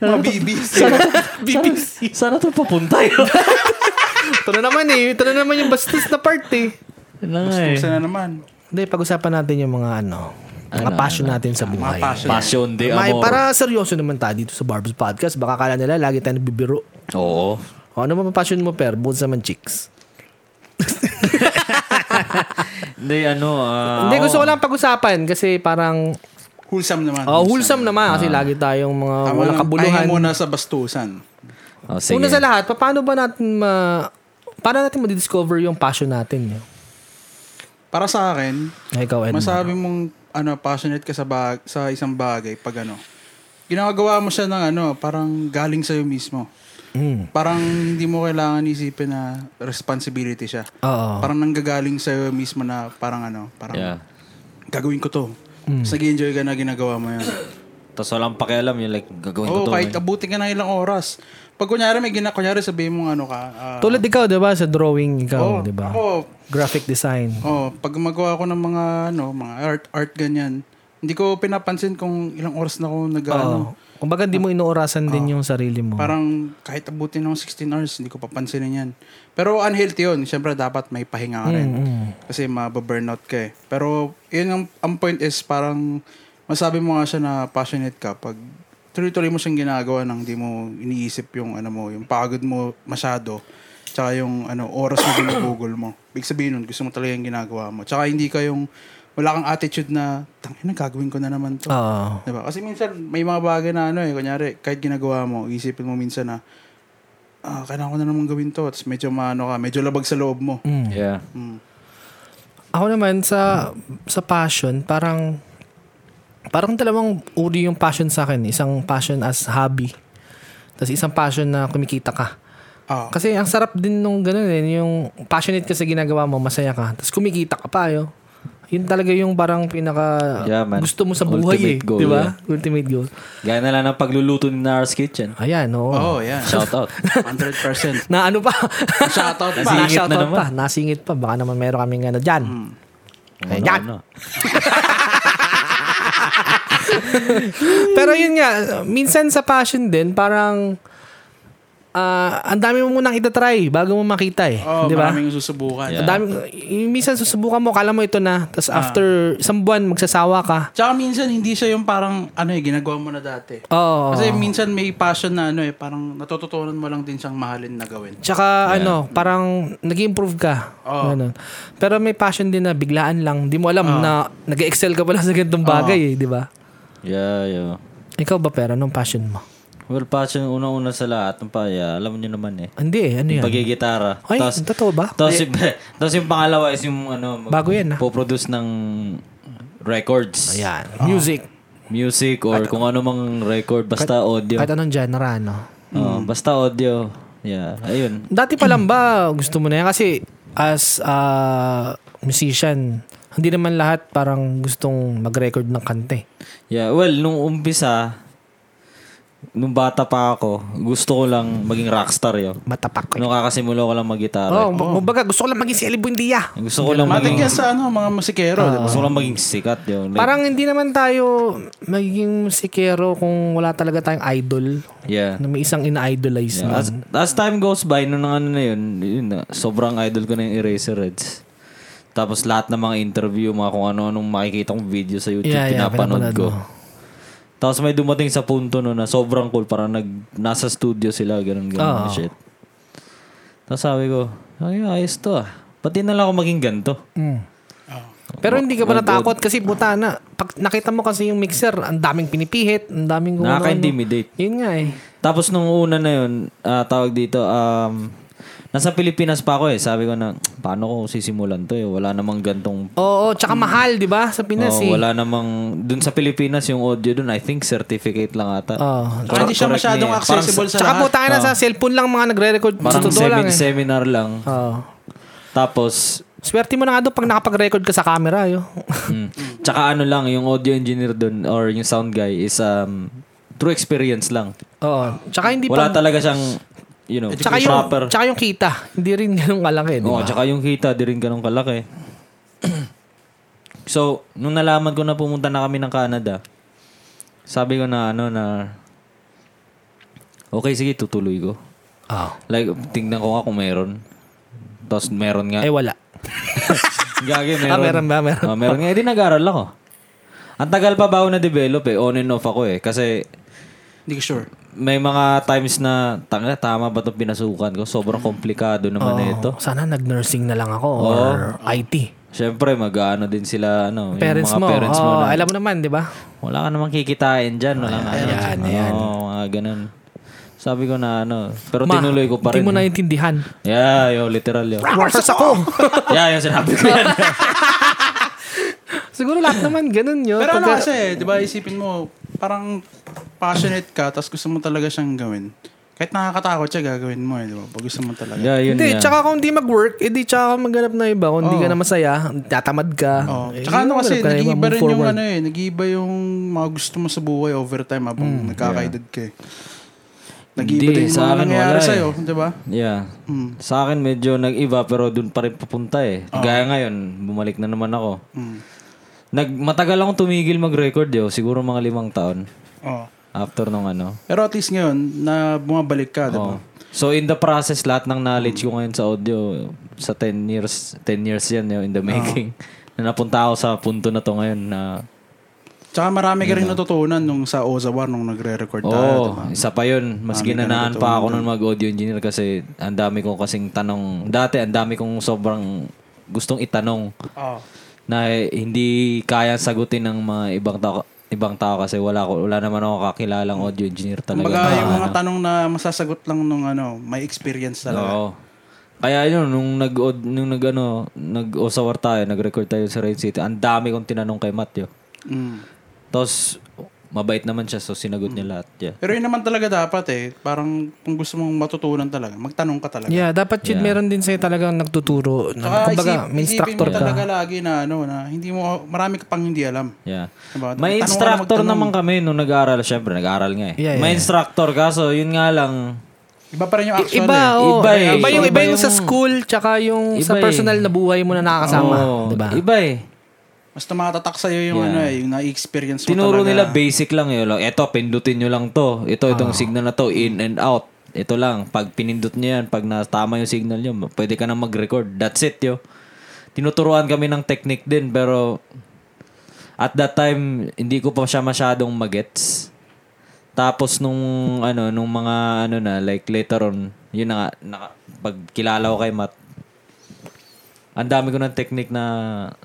A: Mga bibis.
C: BBC. Sana to papunta
B: [laughs]
C: eh. yun.
B: Ito na naman eh. Ito na naman yung bastos na part eh.
C: Ano nga eh.
A: Gusto na naman.
B: Hindi, pag-usapan natin yung mga ano, mga passion natin sa buhay.
A: ano, Passion.
C: Passion de
B: May,
C: amor.
B: para seryoso naman tayo dito sa Barb's Podcast. Baka kala nila lagi tayo nagbibiro.
C: Oo.
B: O ano ba passion mo, Per? Bukod sa man chicks.
C: Hindi ano. ah,
B: Hindi, gusto ko lang pag-usapan kasi parang
A: Wholesome naman.
B: oh, wholesome naman kasi lagi tayong mga
A: Tama
B: walang
A: lang,
B: kabuluhan.
A: Pahinga muna sa bastusan.
C: oh, sige.
B: Una sa lahat, pa- paano ba natin ma... Paano natin ma-discover yung passion natin? Yo?
A: Para sa akin,
B: Ay, Ikaw, Edmond.
A: masabi mong ano, passionate ka sa, bag, sa isang bagay pag ano, ginagawa mo siya ng ano, parang galing sa'yo mismo.
C: Hmm.
A: Parang hindi mo kailangan isipin na responsibility siya.
B: Oo.
A: Parang nanggagaling sa'yo mismo na parang ano, parang
C: Oh. Yeah. Hmm.
A: gagawin ko to. Tapos nag-enjoy ka na ginagawa mo yun.
C: Tapos walang pakialam yun. Like, gagawin ko
A: Oo,
C: to. eh.
A: kahit
C: man.
A: abutin ka ng ilang oras. Pag kunyari may gina, kunyari sabihin mong ano ka, ah,
B: Tulad ikaw, di ba? Sa drawing ikaw,
A: oh,
B: di ba?
A: Ako,
B: Graphic design.
A: Oh, pag gumagawa ako ng mga ano, mga art art ganyan, hindi ko pinapansin kung ilang oras na ako nag-ano.
B: Oo. Kumbaga, di mo inuorasan din yung sarili mo.
A: Parang kahit abutin ng 16 hours, hindi ko papansinin yan. Pero unhealthy yun. Siyempre, dapat may pahinga ka rin. Kasi mababurnout ka eh. Pero yun ang, ang point is parang masabi mo nga siya na passionate ka pag tuloy-tuloy mo siyang ginagawa nang di mo iniisip yung ano mo, yung pagod mo masyado. Tsaka yung ano, oras na ginugugol mo. Ibig sabihin nun, gusto mo talaga yung ginagawa mo. Tsaka hindi ka yung, wala kang attitude na, tangin na, gagawin ko na naman to.
B: Oo.
A: Diba? Kasi minsan, may mga bagay na ano eh, kunyari, kahit ginagawa mo, isipin mo minsan na, ah, kailangan ko na naman gawin to. Tapos medyo maano ka, medyo labag sa loob mo. Mm.
C: Yeah.
B: Ako naman, sa sa passion, parang parang dalawang uri yung passion sa akin. Isang passion as hobby. Tapos isang passion na kumikita ka.
A: Ah,
B: Kasi ang sarap din nung ganun eh. Yung passionate ka sa ginagawa mo, masaya ka. Tapos kumikita ka pa yo. Yun talaga yung parang pinaka
C: Yeah, man.
B: gusto mo sa buhay eh.
C: Ultimate goal,
B: di ba? Ultimate goal.
C: Gaya na lang ng pagluluto ni Nars Kitchen.
B: Ayan, oo.
A: Oo, oh, yan.
C: Shout
B: [laughs]
C: out. [laughs]
A: 100%.
B: Na ano pa?
A: [laughs] Shoutout pa.
C: Nasingit
B: Nasingit
C: na
B: na
C: naman.
B: pa. Nasingit pa. Baka naman meron kaming ano dyan.
A: Hmm.
B: Ayan.
C: ano.
B: Pero yun nga, minsan sa passion din, parang ah, ang dami mo munang itatry bago mo makita eh.
A: Oo,
B: di ba?
A: Oh, maraming susubukan.
C: Diba? Yeah.
B: Ang dami, yung minsan susubukan mo, kala mo ito na. Tapos
A: Ah.
B: after isang buwan, magsasawa ka.
A: Tsaka minsan, hindi siya yung parang, ano eh, ginagawa mo na dati.
B: Oo.
A: Kasi minsan may passion na ano eh, parang natututunan mo lang din siyang mahalin na gawin.
B: Tsaka ano, parang nag-improve ka.
A: Oo. Ah.
B: Ganun. Pero may passion din na biglaan lang. Di mo alam na nag-excel ka pala sa ganitong bagay eh, di ba?
C: Yeah, yeah.
B: Ikaw ba pera? Anong passion mo?
C: Well, passion unang-una sa lahat. Ang paya, alam niyo naman eh.
B: Hindi eh, ano yan?
C: Pagigitara.
B: Ay,
C: Tapos,
B: totoo ba?
C: tapos, yung, [laughs] tapos yung pangalawa is yung ano, mag-
B: Bago yan ah.
C: po-produce ng records.
B: Ayan, music.
C: Music or kung ano mang record. Basta audio.
B: Kahit anong genre, ano.
C: Oo, basta audio. Yeah, ayun.
B: Dati pa lang ba gusto mo na yan? Kasi as a musician, hindi naman lahat parang gustong mag-record ng kante.
C: Yeah, well, nung umpisa, nung bata pa ako, gusto ko lang maging rockstar yo.
B: Matapak ko.
C: Nung kakasimula ko lang mag-gitara.
B: Oh, kumbaga gusto ko lang maging ah. si Eli Buendia.
C: Gusto ko lang
A: Matik
C: maging,
A: yan sa ano, mga musikero. di ba?
C: gusto ko lang maging sikat yo. Like,
B: Parang hindi naman tayo magiging musikero kung wala talaga tayong idol.
C: yeah.
B: Na may isang ina-idolize
C: Yeah,
B: na.
C: As, as time goes by, nung nung ano na yun, yun na, sobrang idol ko na yung Eraserheads. Tapos lahat ng mga interview, mga kung ano-anong makikita kong video sa YouTube,
B: Yeah, yeah, pinapanood
C: pinapanood ko.
B: mo.
C: Tapos may dumating sa punto no na sobrang cool, parang nag, nasa studio sila, ganun
B: Oo.
C: ganun shit. Tapos sabi ko, ay, ayos to ah. Pati na lang ako maging ganto.
B: Mm. Pero hindi ka ba natakot kasi buta na. Pag nakita mo kasi yung mixer, ang daming pinipihit, ang daming kung ano-ano.
C: Nakaka-intimidate.
B: Yun nga eh.
C: Tapos nung una na yun, ah, tawag dito, um, nasa Pilipinas pa ako eh. Sabi ko na, paano ko sisimulan to eh? Wala namang gantong
B: Oo, tsaka mahal, di ba? Sa Pinas
C: Mm. Oo,
B: eh.
C: wala namang... Dun sa Pilipinas, yung audio dun, I think certificate lang ata.
B: Oo.
A: Kaya hindi siya
C: Correct eh.
A: masyadong
C: na yan.
A: accessible sa
B: Tsaka
A: lahat.
B: po tayo na sa cellphone lang mga nagre-record. Sa
C: Parang
B: totoo lang
C: semin-
B: eh.
C: seminar lang.
B: Oo.
C: Tapos,
B: Swerte mo na nga doon pag nakapag-record ka sa camera. Yo. [laughs]
C: mm, tsaka ano lang, yung audio engineer dun or yung sound guy is um, true experience lang.
B: Oo. Tsaka hindi
C: Wala
B: pa...
C: talaga siyang, you know,
B: Tsaka yung,
C: proper.
B: tsaka yung kita. Hindi rin ganun kalaki. di ba?
C: Oo, tsaka yung kita, di rin ganun kalaki. [clears throat] so, nung nalaman ko na pumunta na kami ng Canada, sabi ko na ano na, okay, sige, tutuloy ko.
B: Oo.
C: Like, tingnan ko nga kung meron. Tapos meron nga.
B: Eh wala.
C: [laughs] Gagi, meron.
B: Ah, meron ba? Meron.
C: Ah, meron nga. Eh, di nag-aral ako. Ang tagal pa ba ako na-develop eh. On and off ako eh. Kasi
A: Hindi ko sure.
C: may mga times na tanga, tama ba itong pinasukan ko? Sobrang komplikado naman na ito.
B: Sana nag-nursing na lang ako or IT.
C: Siyempre, mag-ano din sila, ano,
B: Parents
C: yung mga
B: mo.
C: parents mo
B: oo,
C: na,
B: alam mo naman, di ba?
C: wala ka namang kikitain dyan, wala ka.
B: ayan,
C: ano,
B: ayan.
C: Oo, mga ganun. Sabi ko na ano, pero
B: Ma,
C: tinuloy ko pa rin.
B: Hindi mo
C: [laughs]
B: naiintindihan.
C: Yeah, yo, literal yo.
B: Worthless ako!
C: yeah, yung sinabi ko yan.
B: [laughs] Siguro lahat naman ganun yun.
A: Pero ano
B: Pagka-
A: kasi, di ba, isipin mo, parang passionate ka, tapos gusto mo talaga siyang gawin. Kahit nakakatakot siya, gagawin mo eh, di ba? Pag gusto mo talaga.
C: yeah, yun
B: Hindi,
C: nga.
B: tsaka kung hindi mag-work, edi tsaka maghanap na iba. Kung hindi ka na masaya, tatamad ka.
A: Oh.
B: Eh,
A: Tsaka ano
B: maghanap
A: kasi,
B: ka na iba,
A: nag-iiba
B: move
A: rin yung
B: forward.
A: ano eh, nag-iiba yung mga gusto mo sa buhay overtime habang nagkakaedad ka eh. Nag-iiba
C: Mm, Hindi,
A: din yung
C: sa
A: mga
C: akin
A: nangyayari
C: wala eh.
A: sa'yo, di ba?
C: Yeah. Sa akin medyo nag-iba pero dun pa rin papunta eh. Gaya ngayon, bumalik na naman ako.
A: Mm.
C: Nag matagal akong tumigil mag-record yo, siguro mga limang taon
A: Oh.
C: after nung ano.
A: Pero at least ngayon, na bumabalik ka, di ba?
C: Oh. So in the process lahat ng knowledge ko ngayon sa audio sa 10 years, 10 years yan yo in the making. na napunta ako sa punto na to ngayon na
A: Tsaka marami ka rin natutunan nung sa Ozawar nung nagre-record tayo, di
C: Oh,
A: ba?
C: isa pa 'yun. Mas ginanaan pa ako nun mag-audio engineer kasi ang dami kong kasing tanong. Dati ang dami kong sobrang gustong itanong.
A: Oh.
C: na eh, hindi kaya sagutin ng mga ibang tao ibang tao kasi wala ko wala naman ako kakilalang audio engineer talaga.
A: Kumbaga,
C: na-
A: ah, yung mga tanong na masasagot lang nung ano, may experience talaga.
C: Oo. Kaya yun, nung nag nung nag ano, nag-osawar tayo, nag-record tayo sa Rain City, ang dami kong tinanong kay Matyo.
A: Mm.
C: Tapos mabait naman siya so sinagot
A: Hmm.
C: niya lahat. Yeah.
A: Pero yun naman talaga dapat eh. Parang kung gusto mong matutunan talaga, magtanong ka talaga.
B: Yeah, dapat yun meron din sa'yo talagang
A: Saka
B: nagtuturo. Na, kumbaga,
A: isip-
B: may instructor
A: isipin mo
B: ka.
A: talaga lagi na ano na hindi mo marami ka pang hindi alam.
C: Yeah.
A: Diba? Tanong
C: May
A: ka na
C: instructor
A: magtanong.
C: naman kami nung nag-aaral, syempre nag-aaral nga eh.
B: Yeah, yeah,
C: May
B: yeah.
C: instructor kaso yun nga lang
A: Iba pa rin yung
B: I-
A: actual
B: Iba,
A: eh.
B: oo.
C: Iba eh.
B: Iba yung, iba
C: Iba
B: yung sa
C: yung-
B: school, tsaka yung sa
C: Iba eh.
B: personal na buhay mo na nakakasama.
C: Oo,
A: Ah,
B: diba?
C: Iba eh.
A: Mas tumatatak sa'yo yung ano eh, yung na-experience mo
C: Tinuro
A: talaga.
C: nila basic lang yun. Like, Eto, pindutin nyo lang to. Ito, itong signal na to, in and out. Ito lang. Pag pinindot nyo yan, pag natama yung signal nyo, pwede ka na mag-record. That's it, yo. Tinuturuan kami ng technique din, pero at that time, hindi ko pa siya masyadong magets. Tapos nung ano, nung mga ano na, like later on, yun na nga, naka, pag kilala ko kay Matt, ang dami ko ng technique na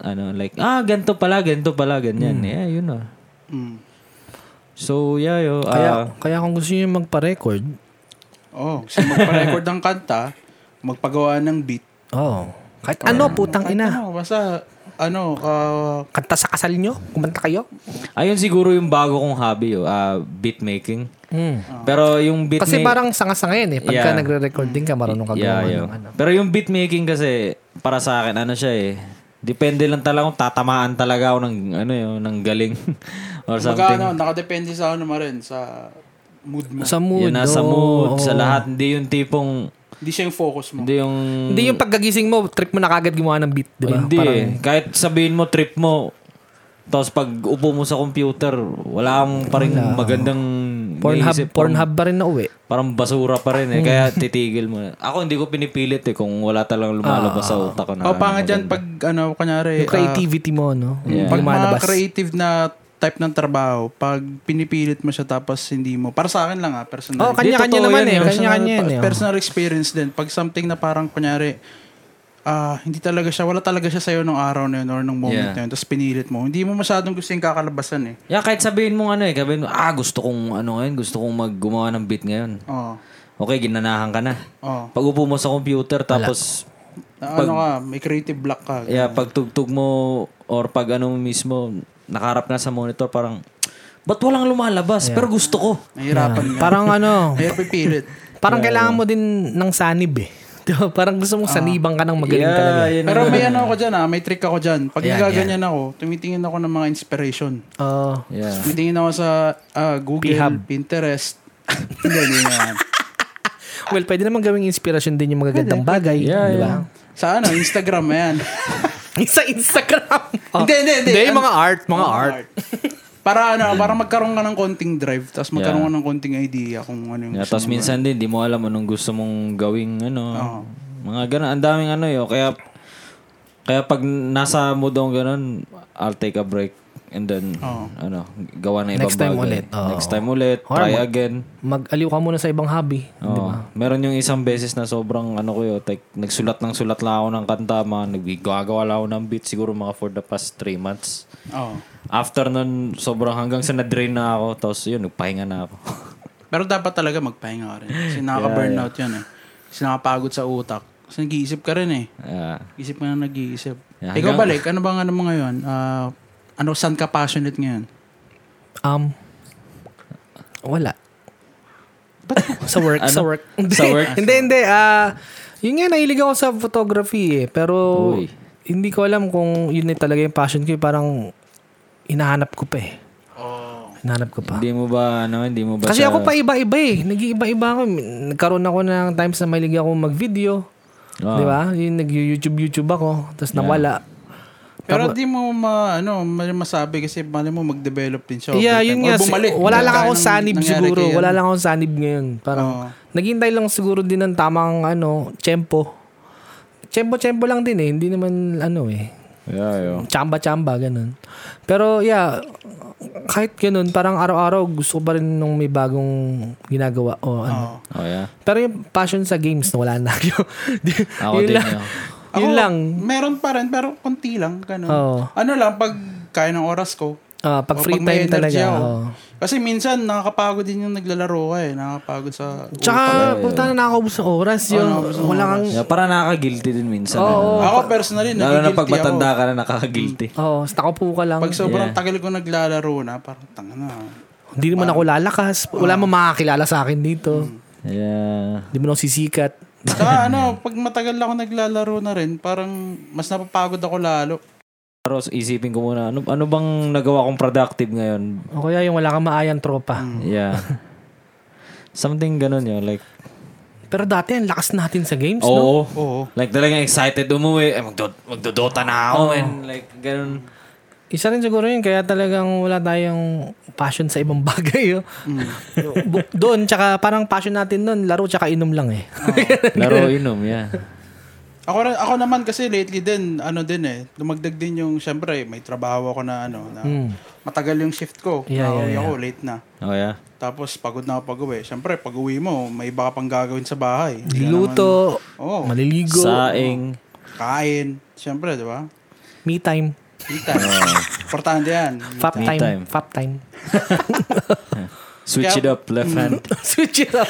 C: ano, like, ah, ganito pala, ganito pala, ganyan. Yeah, yun na.
A: Mm.
C: So, yeah, yo. ah,
B: Kaya, kaya kung gusto nyo magpa-record,
A: Oh, so magpa-record ng kanta, magpagawa ng beat.
B: oh, kahit
C: Ah.
B: ano, putang ina.
A: Ano, basta ano, ah,
B: Kanta sa kasal nyo, kumanta kayo.
C: ayun siguro yung bago kong hobby, yo, ah, beat making.
B: Mm.
C: Pero yung beat
B: Kasi
C: ma-
B: parang sanga-sanga yan eh. Pagka
C: Hmm. Yeah.
B: nagre-record din ka, marunong ka
C: yeah,
B: gumawa
C: yo.
B: ng ano.
C: Pero yung beat making kasi, para sa akin, ano siya eh, depende lang talaga kung tatamaan talaga ako ng, ano yun, ng galing. [laughs] or
A: Kumbaga,
C: something.
A: ano, nakadepende sa ano naman rin, sa mood mo.
B: Sa mood.
C: Yun nasa
B: oo,
C: mood, sa
B: oo.
C: lahat. Hindi yung tipong,
A: Hindi siya yung focus mo.
C: hindi yung,
B: Hindi yung pagkagising mo, trip mo na kagad gumawa ng beat, di ba?
C: hindi
B: Parang-
C: eh. Kahit sabihin mo, trip mo, tapos pag upo mo sa computer, wala kang pa rin magandang
B: Pornhub,
C: naisip.
B: Pornhub ba rin na uwi?
C: Parang basura pa rin eh. Kaya
B: Hmm.
C: titigil mo na. Ako hindi ko pinipilit eh kung wala
B: Ah.
C: talagang lumalabas sa utak ko na.
A: O, Oh, pangit yan pag, ano, kunyari,
B: Yung creativity mo, no?
A: ah,
B: Yeah.
A: pag mga
B: Lumalabas.
A: creative na type ng trabaho, pag pinipilit mo siya tapos hindi mo, para sa akin lang ah, personal.
B: Oh, kanya-kanya
C: totoo
B: naman
C: yan
B: eh.
C: eh.
B: Kanya-kanya yan
A: personal,
B: eh. oh.
A: personal experience din. Pag something na parang, kunyari, ah, hindi talaga siya, wala talaga siya sa'yo nung araw na yun or nung moment
C: Yeah.
A: na yun, tapos pinilit mo. Hindi mo masyadong gusto yung kakalabasan eh.
C: Yeah, kahit sabihin mo ano eh, sabihin mo, ah, gusto kong ano ngayon, gusto kong maggumawa ng beat ngayon.
A: Oo.
C: Okay, ginanahan ka na.
A: Oo.
C: Pag upo mo sa computer, tapos,
A: Na- ano ka, may creative block ka.
C: yeah, pagtugtog mo, or pag ano mo mismo, nakaharap na sa monitor, parang, ba't walang lumalabas? Pero gusto ko.
A: Nahihirapan ka.
B: Parang ano,
A: Mahirap
B: [laughs]
A: ipilit.
B: parang kailangan mo din ng sanib eh. [laughs] Di ba? Parang gusto mong sanibang ka ng magaling talaga.
C: yun
A: Pero may ano ako dyan ah, may trick ako dyan. Pag
B: Ayan,
A: nagaganyan ako, tumitingin ako ng mga inspiration.
B: Oo.
C: Yeah.
A: Tumitingin ako sa ah, Google,
B: Pihab.
A: Pinterest. [laughs] Hindi, hindi naman.
B: well, pwede naman gawing inspirasyon din yung magagandang bagay. di ba?
A: Sa ano, Instagram, ayan.
B: [laughs] Sa Instagram.
A: Hindi, hindi, hindi.
B: yung mga art, mga art.
A: para ano, para magkaroon ka ng konting drive, tapos magkaroon ka ng konting idea kung ano yung
C: Yeah,
A: gusto
C: tapos
A: mo.
C: minsan din, di mo alam anong gusto mong gawing ano. Mga ganun. Ang daming ano yun. Kaya, kaya pag nasa mood akong ganun, I'll take a break. And then, ano, gawa na ibang
B: Next time
C: bagay.
B: ulit, oo.
C: Next time ulit.
B: Or
C: try
B: mag-
C: again.
B: Mag-aliw ka muna sa ibang hobby.
C: Oo. Meron yung isang beses na sobrang ano ko yun, like, nagsulat ng sulat lang ako ng kanta, mga naggagawa lang ako ng beat, siguro mga for the past 3 months.
A: Oo.
C: After nun, sobrang hanggang sa na-drain na ako, tapos yun, nagpahinga na ako. [laughs]
A: Pero dapat talaga magpahinga ka rin. Kasi nakaka-burnout yan eh. Kasi nakapagod sa utak. Kasi nag-iisip ka rin eh.
C: Ah.
A: Isip ka na nag-iisip.
C: Yeah,
A: Ikaw
C: hanggang-
A: balik, ano bang ano mo ngayon? Ah, ano, saan ka passionate ngayon?
B: Um, wala. [laughs] sa work, sa work.
C: Ano? Sa work?
B: hindi, hindi. ah yun nga, nahilig ako sa photography eh. Pero,
C: Uy.
B: hindi ko alam kung yun na talaga yung passion ko. eh. Parang, hinahanap ko pa eh. Hinahanap ko pa.
C: Hindi mo ba, ano, hindi mo ba
B: Kasi
C: siya-
B: ako pa iba-iba eh. Nag-iiba-iba ako. Nagkaroon ako ng times na mahilig ako mag-video.
C: Ah.
B: Di ba? Yung nag-YouTube-YouTube ako. Tapos nawala.
A: Pero di mo ma, ano, mali masabi kasi mali mo mag-develop din siya.
B: yeah,
A: Over
B: yun
A: time.
B: nga.
A: Or bumalik.
B: wala lang
A: Kaya
B: akong
A: nang-
B: sanib
A: nangyari
B: siguro.
A: kay- ano,
B: Wala lang akong sanib ngayon. Parang,
A: Oo.
B: naghintay lang siguro din ng tamang, ano, tempo. Tempo-tempo lang din eh. Hindi naman, ano eh.
C: Yeah, yeah.
B: Chamba-chamba, ganun. Pero, yeah, kahit ganun, parang araw-araw gusto ko pa rin nung may bagong ginagawa o ano.
C: Oh, yeah.
B: Pero yung passion sa games, wala na. [laughs] Yung-
C: Ako
B: yun
C: din
B: lang.
C: yun.
B: Yun
A: Ako,
B: lang.
A: Meron pa rin, pero konti lang. Ganun.
B: Oo.
A: Ano lang, pag kaya ng oras ko.
B: Ah, pag
A: o
B: free
A: oh, may
B: time
A: energy
B: talaga.
A: ako.
B: oo.
A: Kasi minsan, nakakapagod din yung naglalaro ka eh. Nakakapagod sa...
B: Tsaka, puta na nakakaubos ng oras. Yung, wala kang...
C: Yeah, para nakaka-guilty din minsan. ano.
A: ako personally,
C: Lalo na
A: nagigilty
C: pag
A: ako.
C: matanda ka na nakaka-guilty.
B: Oo, oh, po ka lang.
A: Pag sobrang tagal ko naglalaro na, parang tanga na.
B: Hindi naman ako lalakas. Wala mang makakilala sa akin dito.
C: Yeah.
B: Hindi mo na ako sisikat.
A: Tsaka ano, pag matagal ako naglalaro na rin, parang mas napapagod ako lalo.
C: Pero isipin ko muna, ano, ano bang nagawa kong productive ngayon?
B: O kaya yung wala kang maayang tropa.
C: Yeah. [laughs] Something ganun yun. Like,
B: Pero dati, ang lakas natin sa games, no?
C: oo.
A: Oo.
C: Like talagang excited umuwi. Eh, magdo- magdodota na ako. And like, ganun.
B: Isa rin siguro yun, kaya talagang wala tayong passion sa ibang [laughs] bagay. Oh. Bu- doon, tsaka parang passion natin doon, laro tsaka inom lang eh. [laughs]
C: Laro, inom, yeah.
A: Ako, rin- ako naman kasi lately din, ano din eh, dumagdag din yung, syempre, may trabaho ako na ano, na
B: Mm.
A: matagal yung shift ko.
B: Hmm. Yeah,
A: Nauwi
B: yeah,
A: ako, late na.
C: Oh, yeah.
A: Tapos pagod na ako pag-uwi. Syempre, pag-uwi mo, may iba ka pang gagawin sa bahay. Hindi ka
B: Luto,
A: naman- Oo.
B: maliligo,
C: Saing.
A: Kain. Syempre, di ba?
B: me time,
A: Kita.
C: [laughs] Ah.
A: Importante yan.
B: fap
C: Me
B: time,
C: time.
B: fap time. [laughs]
C: Switch it up, left hand.
B: Switch it up.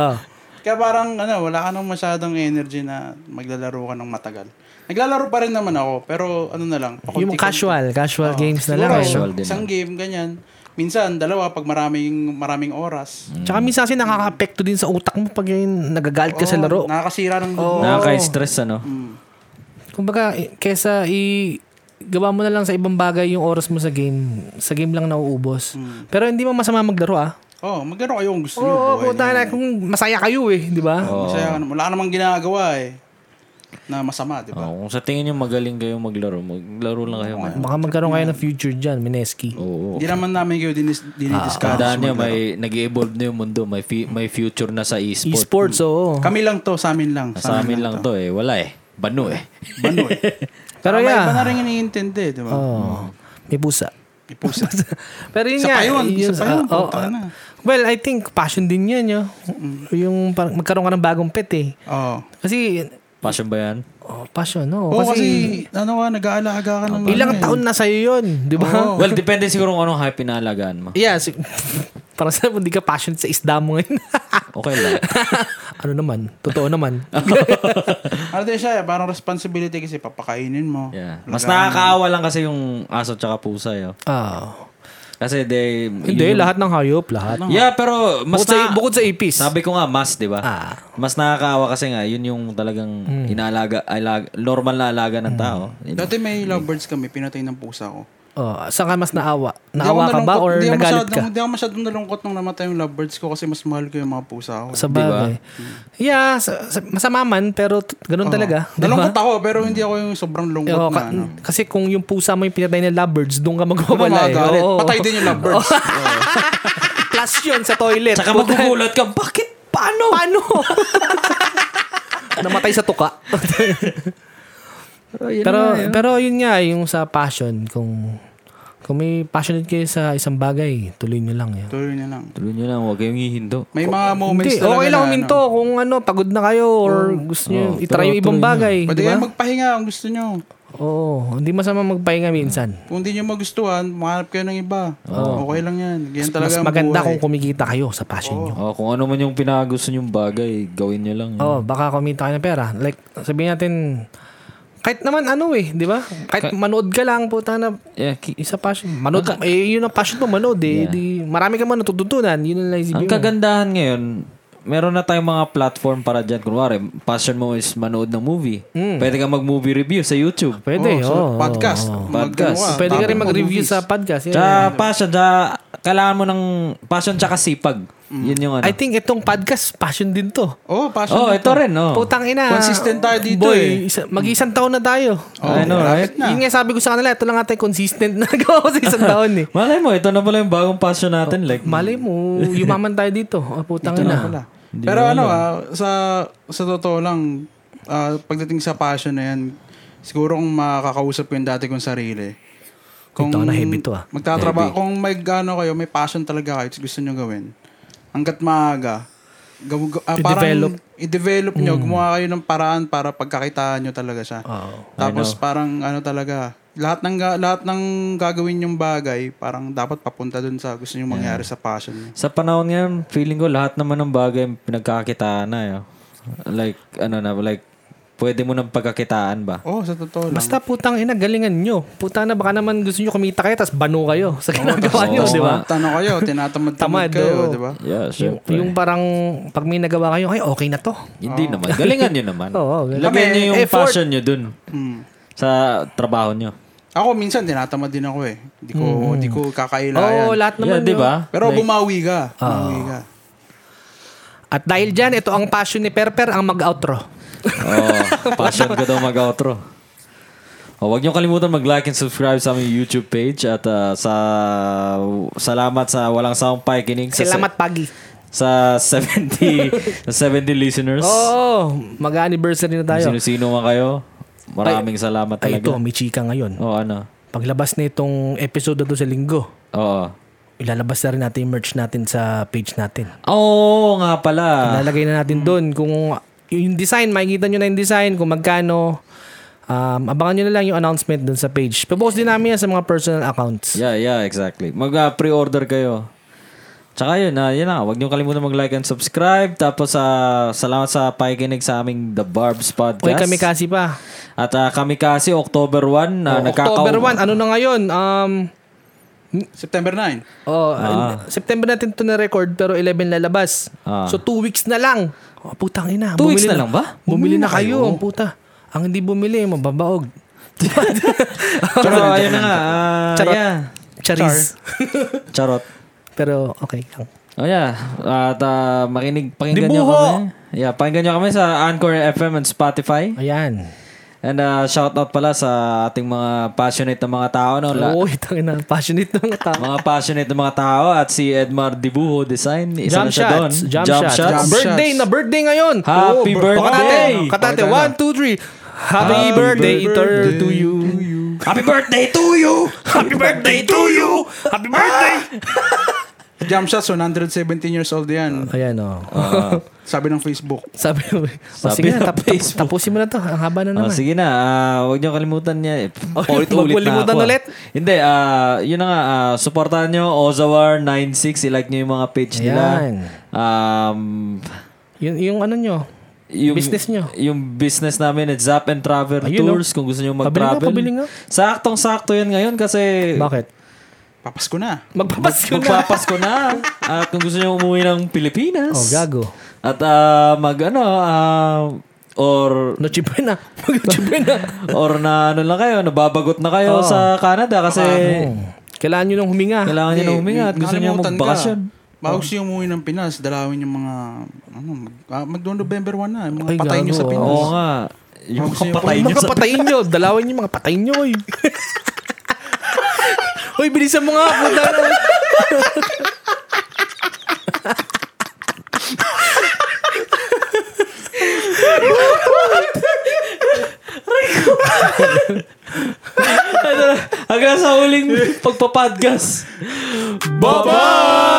B: oh.
A: Kaya parang ano, wala ka nang masyadong energy na maglalaro ka ng matagal. Naglalaro pa rin naman ako, pero ano na lang.
B: Oh. Yung
A: pakunti-kunti.
B: casual, casual games na lang.
A: Siguro,
B: eh, no?
C: Casual din
A: Isang game, ganyan. Minsan, dalawa pag maraming, maraming oras.
B: Tsaka minsan kasi nakaka-apekto din sa utak mo pag yun, nagagalit ka sa
A: Oo,
B: laro.
A: Nakakasira ng hmm. mood mo.
C: Nakaka-stress, ano?
B: Kumbaga, eh, kesa i gawa mo na lang sa ibang bagay yung oras mo sa game. Sa game lang nauubos. Pero hindi mo masama maglaro ah.
A: Oh, magano kayong gusto nyo. buhay
B: Oo, puta
A: niyo.
B: na. Kung masaya kayo eh, di ba?
A: Masaya ka naman. Wala namang ginagawa eh. Na masama, di ba?
C: Oh, kung sa tingin nyo magaling kayo maglaro, maglaro lang kayo. man.
B: Baka magkaroon kayo ng future dyan, Mineski.
C: Oo.
A: Hindi naman namin kayo dinis,
B: Ah,
A: dinidiscuss.
C: Tandaan nyo, may, nag-evolve na yung mundo. May, fi- may future na sa e-sport.
B: Esports, oo.
A: Kami lang to, sa amin lang.
C: Sa amin lang to eh. Wala eh. Bano eh. [laughs]
A: Bano eh.
B: [laughs]
A: Pero
B: Pero yeah.
A: Iba na rin iniintindi, di ba?
B: Oo. May pusa.
A: Ipusa.
B: [laughs] Pero yun
A: Isa
B: nga.
A: pa yun, isa pa yun,
B: ah, oo.
A: puta na.
B: Well, I think passion din yan, yo. Yung parang magkaroon ka ng bagong pet eh.
A: Oo.
B: Kasi,
C: Passion ba yan?
B: oh, passion, no?
A: Oo, kasi,
B: kasi,
A: ano ka, nag-aalaga ka ng... ano
B: ilang
A: eh.
B: taon na sa'yo yun, di ba?
C: Well, depende siguro kung anong hype inaalagaan mo.
B: Yeah, si- [laughs] parang sa hindi ka passionate sa isda
A: [laughs]
B: mo ngayon.
C: Okay lang.
B: [laughs] ano naman? Totoo naman.
A: Ano din siya, eh, parang responsibility kasi papakainin mo.
B: [laughs]
C: Yeah. Mas nakakaawa lang kasi yung aso tsaka pusa. Yo.
B: Ah.
C: Kasi they...
B: Hindi, lahat ng hayop, lahat.
C: Yeah, pero mas
B: Bukod sa,
C: na-
B: bukod sa ipis.
C: Sabi ko nga, mas, di ba?
B: Ah. Hmm.
C: Mas nakakaawa kasi nga, yun yung talagang inaalaga, alaga, normal na alaga ng tao. Yun.
A: Dati may lovebirds kami, pinatay ng pusa ko.
B: oh, saan ka mas naawa?
A: Hindi ako
B: Naawa ka ba
A: nalungkot-
B: or
A: hindi ako
B: nagalit ka?
A: masyadong- Hindi ako masyadong nalungkot nung namatay yung lovebirds ko kasi mas mahal ko yung mga pusa ko.
B: Sa bagay. Yeah, sa- sa- masama man, pero t- ganun talaga. di ba?
A: Nalungkot ako pero hindi ako yung sobrang lungkot
B: [laughs] Oo,
A: na
B: ka- [laughs]
A: ano.
B: Kasi kung yung pusa mo yung pinatay ng lovebirds, doon ka magwawala eh.
A: Magalit.
B: Oo.
A: Patay
B: [laughs]
A: din yung lovebirds.
B: Plus yun sa toilet.
C: Tsaka
B: Puta-
C: magugulat ka, bakit? Paano?
B: Paano? [laughs] Namatay sa [laughs] tuka. pero pero yun nga eh. yung sa passion kung kung may passionate kayo sa isang bagay, tuloy niyo lang 'yan.
A: Tuloy na lang.
C: Tuloy nyo lang, huwag kayong hihindo.
A: May mga moments
B: Hindi,
A: talaga
B: okay
A: na
B: lang huminto
A: ano.
B: kung ano, pagod na kayo or gusto niyo
C: oh,
B: itry
C: pero
B: yung ibang
C: tuloy
B: bagay,
A: Pwede
B: di ba?
A: kayo magpahinga kung gusto nyo.
B: Oo, hindi masama magpahinga minsan.
A: Kung hindi nyo magustuhan, mahanap kayo ng iba. Okay lang yan. Ganyan
B: Mas
A: talaga ang
B: maganda
A: buhay.
B: kung kumikita kayo sa passion niyo.
C: Oh, kung ano man yung pinakagusto nyong bagay, gawin nyo lang. yun.
B: Oh, baka kumita kayo ng pera. Like, sabihin natin, kahit naman ano eh, di ba? Kahit manood ka lang, puta na,
C: Yeah, ki-
B: isa passion. Manood, ka- eh, yun ang passion mo, manood eh. Di, marami ka man natututunan, yun ang naisipin
C: Ang
B: mo.
C: kagandahan ngayon, meron na tayong mga platform para dyan. Kunwari, passion mo is manood ng movie.
B: Hmm.
C: Pwede ka mag-movie review sa YouTube.
B: Pwede,
A: So,
B: oh.
A: podcast.
C: Podcast.
A: Mag- ano
B: Pwede ka rin
A: topic
B: mag-review
A: movies.
B: sa podcast. yeah.
C: Tsaka passion, tsaka kailangan mo ng passion tsaka sipag. Yun yung ano.
B: I think itong podcast, Hmm. passion din to.
A: Oh, passion.
C: oh, ito rin, oh.
B: Putang ina.
A: Consistent tayo dito eh.
B: boy, isa- mag-isang taon na tayo.
A: Oh,
C: I know,
A: malapit na.
B: Yun nga sabi ko sa kanila, ito lang natin consistent na [laughs] nagawa ko sa isang taon eh.
C: Malay mo, ito na pala yung bagong passion
B: Oh,
C: natin. Like,
B: Malay mo, yumaman tayo dito. Oh, putang
A: Ito na
B: ina.
A: pala. Pero ano ah, sa sa totoo lang, ah, pagdating sa passion na yan, siguro kung makakausap ko yung dati kong sarili. Kung
B: Ito na heavy to, ah.
A: Magtatrabaho, kung may gano kayo, may passion talaga kayo, tapos gusto nyo gawin. Hanggat maaga, gaw- gaw- ah, parang
B: I-develop. Mm.
A: i-develop nyo, gumawa kayo ng paraan para pagkakitaan nyo talaga siya.
B: Oo.
A: Tapos parang ano talaga, lahat ng ga- lahat ng gagawin yung bagay, parang dapat papunta dun sa gusto nyo mangyari sa passion nyo.
C: sa panahon ngayon, feeling ko lahat naman ng bagay pinagkakitaan na. Yo. Like, ano na, like, pwede mo ng pagkakitaan ba?
A: Oh, sa totoo lang.
B: Basta putang ina, galingan nyo. Puta na, baka naman gusto nyo kumita kayo, tas bano kayo sa ginagawa nyo, di ba?
A: Tano kayo, tinatamad-tamad
B: Tamad,
A: kayo,
B: oo.
A: di ba?
C: Yeah,
B: Yung,
C: sure.
B: yung parang, pag may nagawa kayo, ay okay na to.
C: Hindi naman. Galingan nyo naman.
B: [laughs] Oo, galingan.
C: Lagyan nyo yung
B: Oh. Effort. Hmm.
C: passion nyo dun. Sa trabaho nyo.
A: Ako minsan tinatamad din ako eh. Di ko di ko
B: Oo,
A: kakailayan.
B: lahat
C: Yeah,
B: naman
C: diba? di
B: yun.
C: ba? [laughs]
A: Pero bumawi ka. Bumawi
B: Ah.
A: ka.
B: At dahil dyan, ito ang passion ni Perper, ang mag-outro.
C: oh, passion ko daw mag-outro. Oh, wag niyo kalimutan mag-like and subscribe sa aming YouTube page at ah, sa salamat sa walang sound pakikinig sa
B: Salamat, Pagi. [laughs]
C: sa 70 sa 70 listeners.
B: Oo, oh, mag-anniversary na tayo.
C: Sino-sino man kayo? Maraming salamat
B: Ay, ito,
C: talaga.
B: may chika ngayon.
C: Oh, ano?
B: Paglabas na itong episode na to sa linggo,
C: Oo.
B: ilalabas na rin natin yung merch natin sa page natin.
C: Oo nga pala.
B: Lalagay na natin doon kung yung design, makikita nyo na yung design, kung magkano. Um, abangan nyo na lang yung announcement doon sa page. Papost din namin yan sa mga personal accounts.
C: Yeah, yeah, exactly. Mag-pre-order kayo. Tsaka yun, ah, yun na. Huwag niyo kalimutan mag-like and subscribe. Tapos, ah, salamat sa pakikinig sa aming The Barbs Podcast.
B: Okay, kami kasi pa.
C: At ah, kami kasi, October 1. ah, nagkaka-
B: Oh, October
C: [laughs]
B: 1, ano na ngayon? Um,
A: September 9.
B: oh, September natin to na-record pero 11 lalabas.
C: Ah.
B: So, two weeks na lang. Oh, putang ina.
C: Two weeks
B: bumili
C: na lang ba?
B: Bumili na kayo, ang puta. Ang hindi bumili, mababaog.
C: Pero ayun na nga. ah,
B: Oh, Charot.
C: yeah.
B: Charis.
C: Charot.
B: pero okay lang.
C: Oh yeah, at ah, makinig, pakinggan nyo
A: Dibuho!
C: kami. Yeah, pakinggan nyo kami sa Anchor FM and Spotify.
B: Ayan.
C: And uh, shout out pala sa ating mga passionate na mga tao. No? La-
B: Oo, ito na. Passionate ng tao.
C: mga passionate na mga tao at si Edmar Dibuho Design. Isa
B: Jump
C: na siya doon.
B: shots. Jump, shots.
A: shots.
B: Birthday na birthday ngayon. Oo,
C: Happy
B: bro.
A: Oh,
B: Baka
C: birthday.
B: natin.
A: Pakita
B: Katate.
A: na.
B: One, two, three. Happy, birthday, birthday to you.
C: Happy birthday to you!
B: Happy birthday to you. Happy birthday.
A: Jump shots, 117 years old yan.
B: Ayan oh. o.
C: Ah.
A: [laughs] Sabi ng Facebook.
B: Sabi mo. O Oh, sige na, tap, tap, tapusin mo na to. Ang haba Ano na
C: Oh,
B: naman.
C: sige na, ah, huwag niyo kalimutan niya. Eh,
B: Oh,
C: ulit,
B: huwag
C: ulit
B: mo limutan
C: na ako, ah.
B: ulit.
C: Hindi, ah, yun na nga, ah, supportahan niyo Ozawar96, ilike niyo yung mga page nila.
B: Ayan.
C: Um,
B: Yung, yung ano nyo.
C: yung,
B: Business niyo.
C: Yung business namin at Zap and Travel
B: Ayun,
C: Tours kung gusto niyo mag-travel.
B: Pabili nga, pabili nga.
C: Saktong-sakto yan ngayon kasi
B: Bakit?
A: Papasko na.
B: Magpapasko na.
C: magpapasko na.
B: [laughs]
C: at kung gusto niyo umuwi ng Pilipinas.
B: Oh, gago.
C: At ah, mag ano, ah, or
B: Noche buena. Noche [laughs] buena.
C: or na ano lang kayo, nababagot na kayo
B: Oo. ano?
C: sa Canada kasi
B: Oh. Kailangan nyo nang huminga.
C: kailangan nyo na huminga at gusto nyo
A: Nakalimutan
C: magbakasyon.
A: ka. Bago
C: Oh.
A: siya umuwi ng Pinas, dalawin yung mga, ano, mag, ah, mag November 1 na. Yung mga
B: Ay,
A: patay nyo
B: gago,
A: sa
B: ah.
A: Pinas.
C: Oo nga. Yung
A: Bago siya
C: kapatay nyo
B: mga
C: sa...
B: patayin nyo. Dalawin nyo, mga patayin nyo.
C: [laughs]
B: Oy. Uy, bilisan mo nga. Puta na.
C: Hanggang sa huling pagpapodcast. Bye-bye!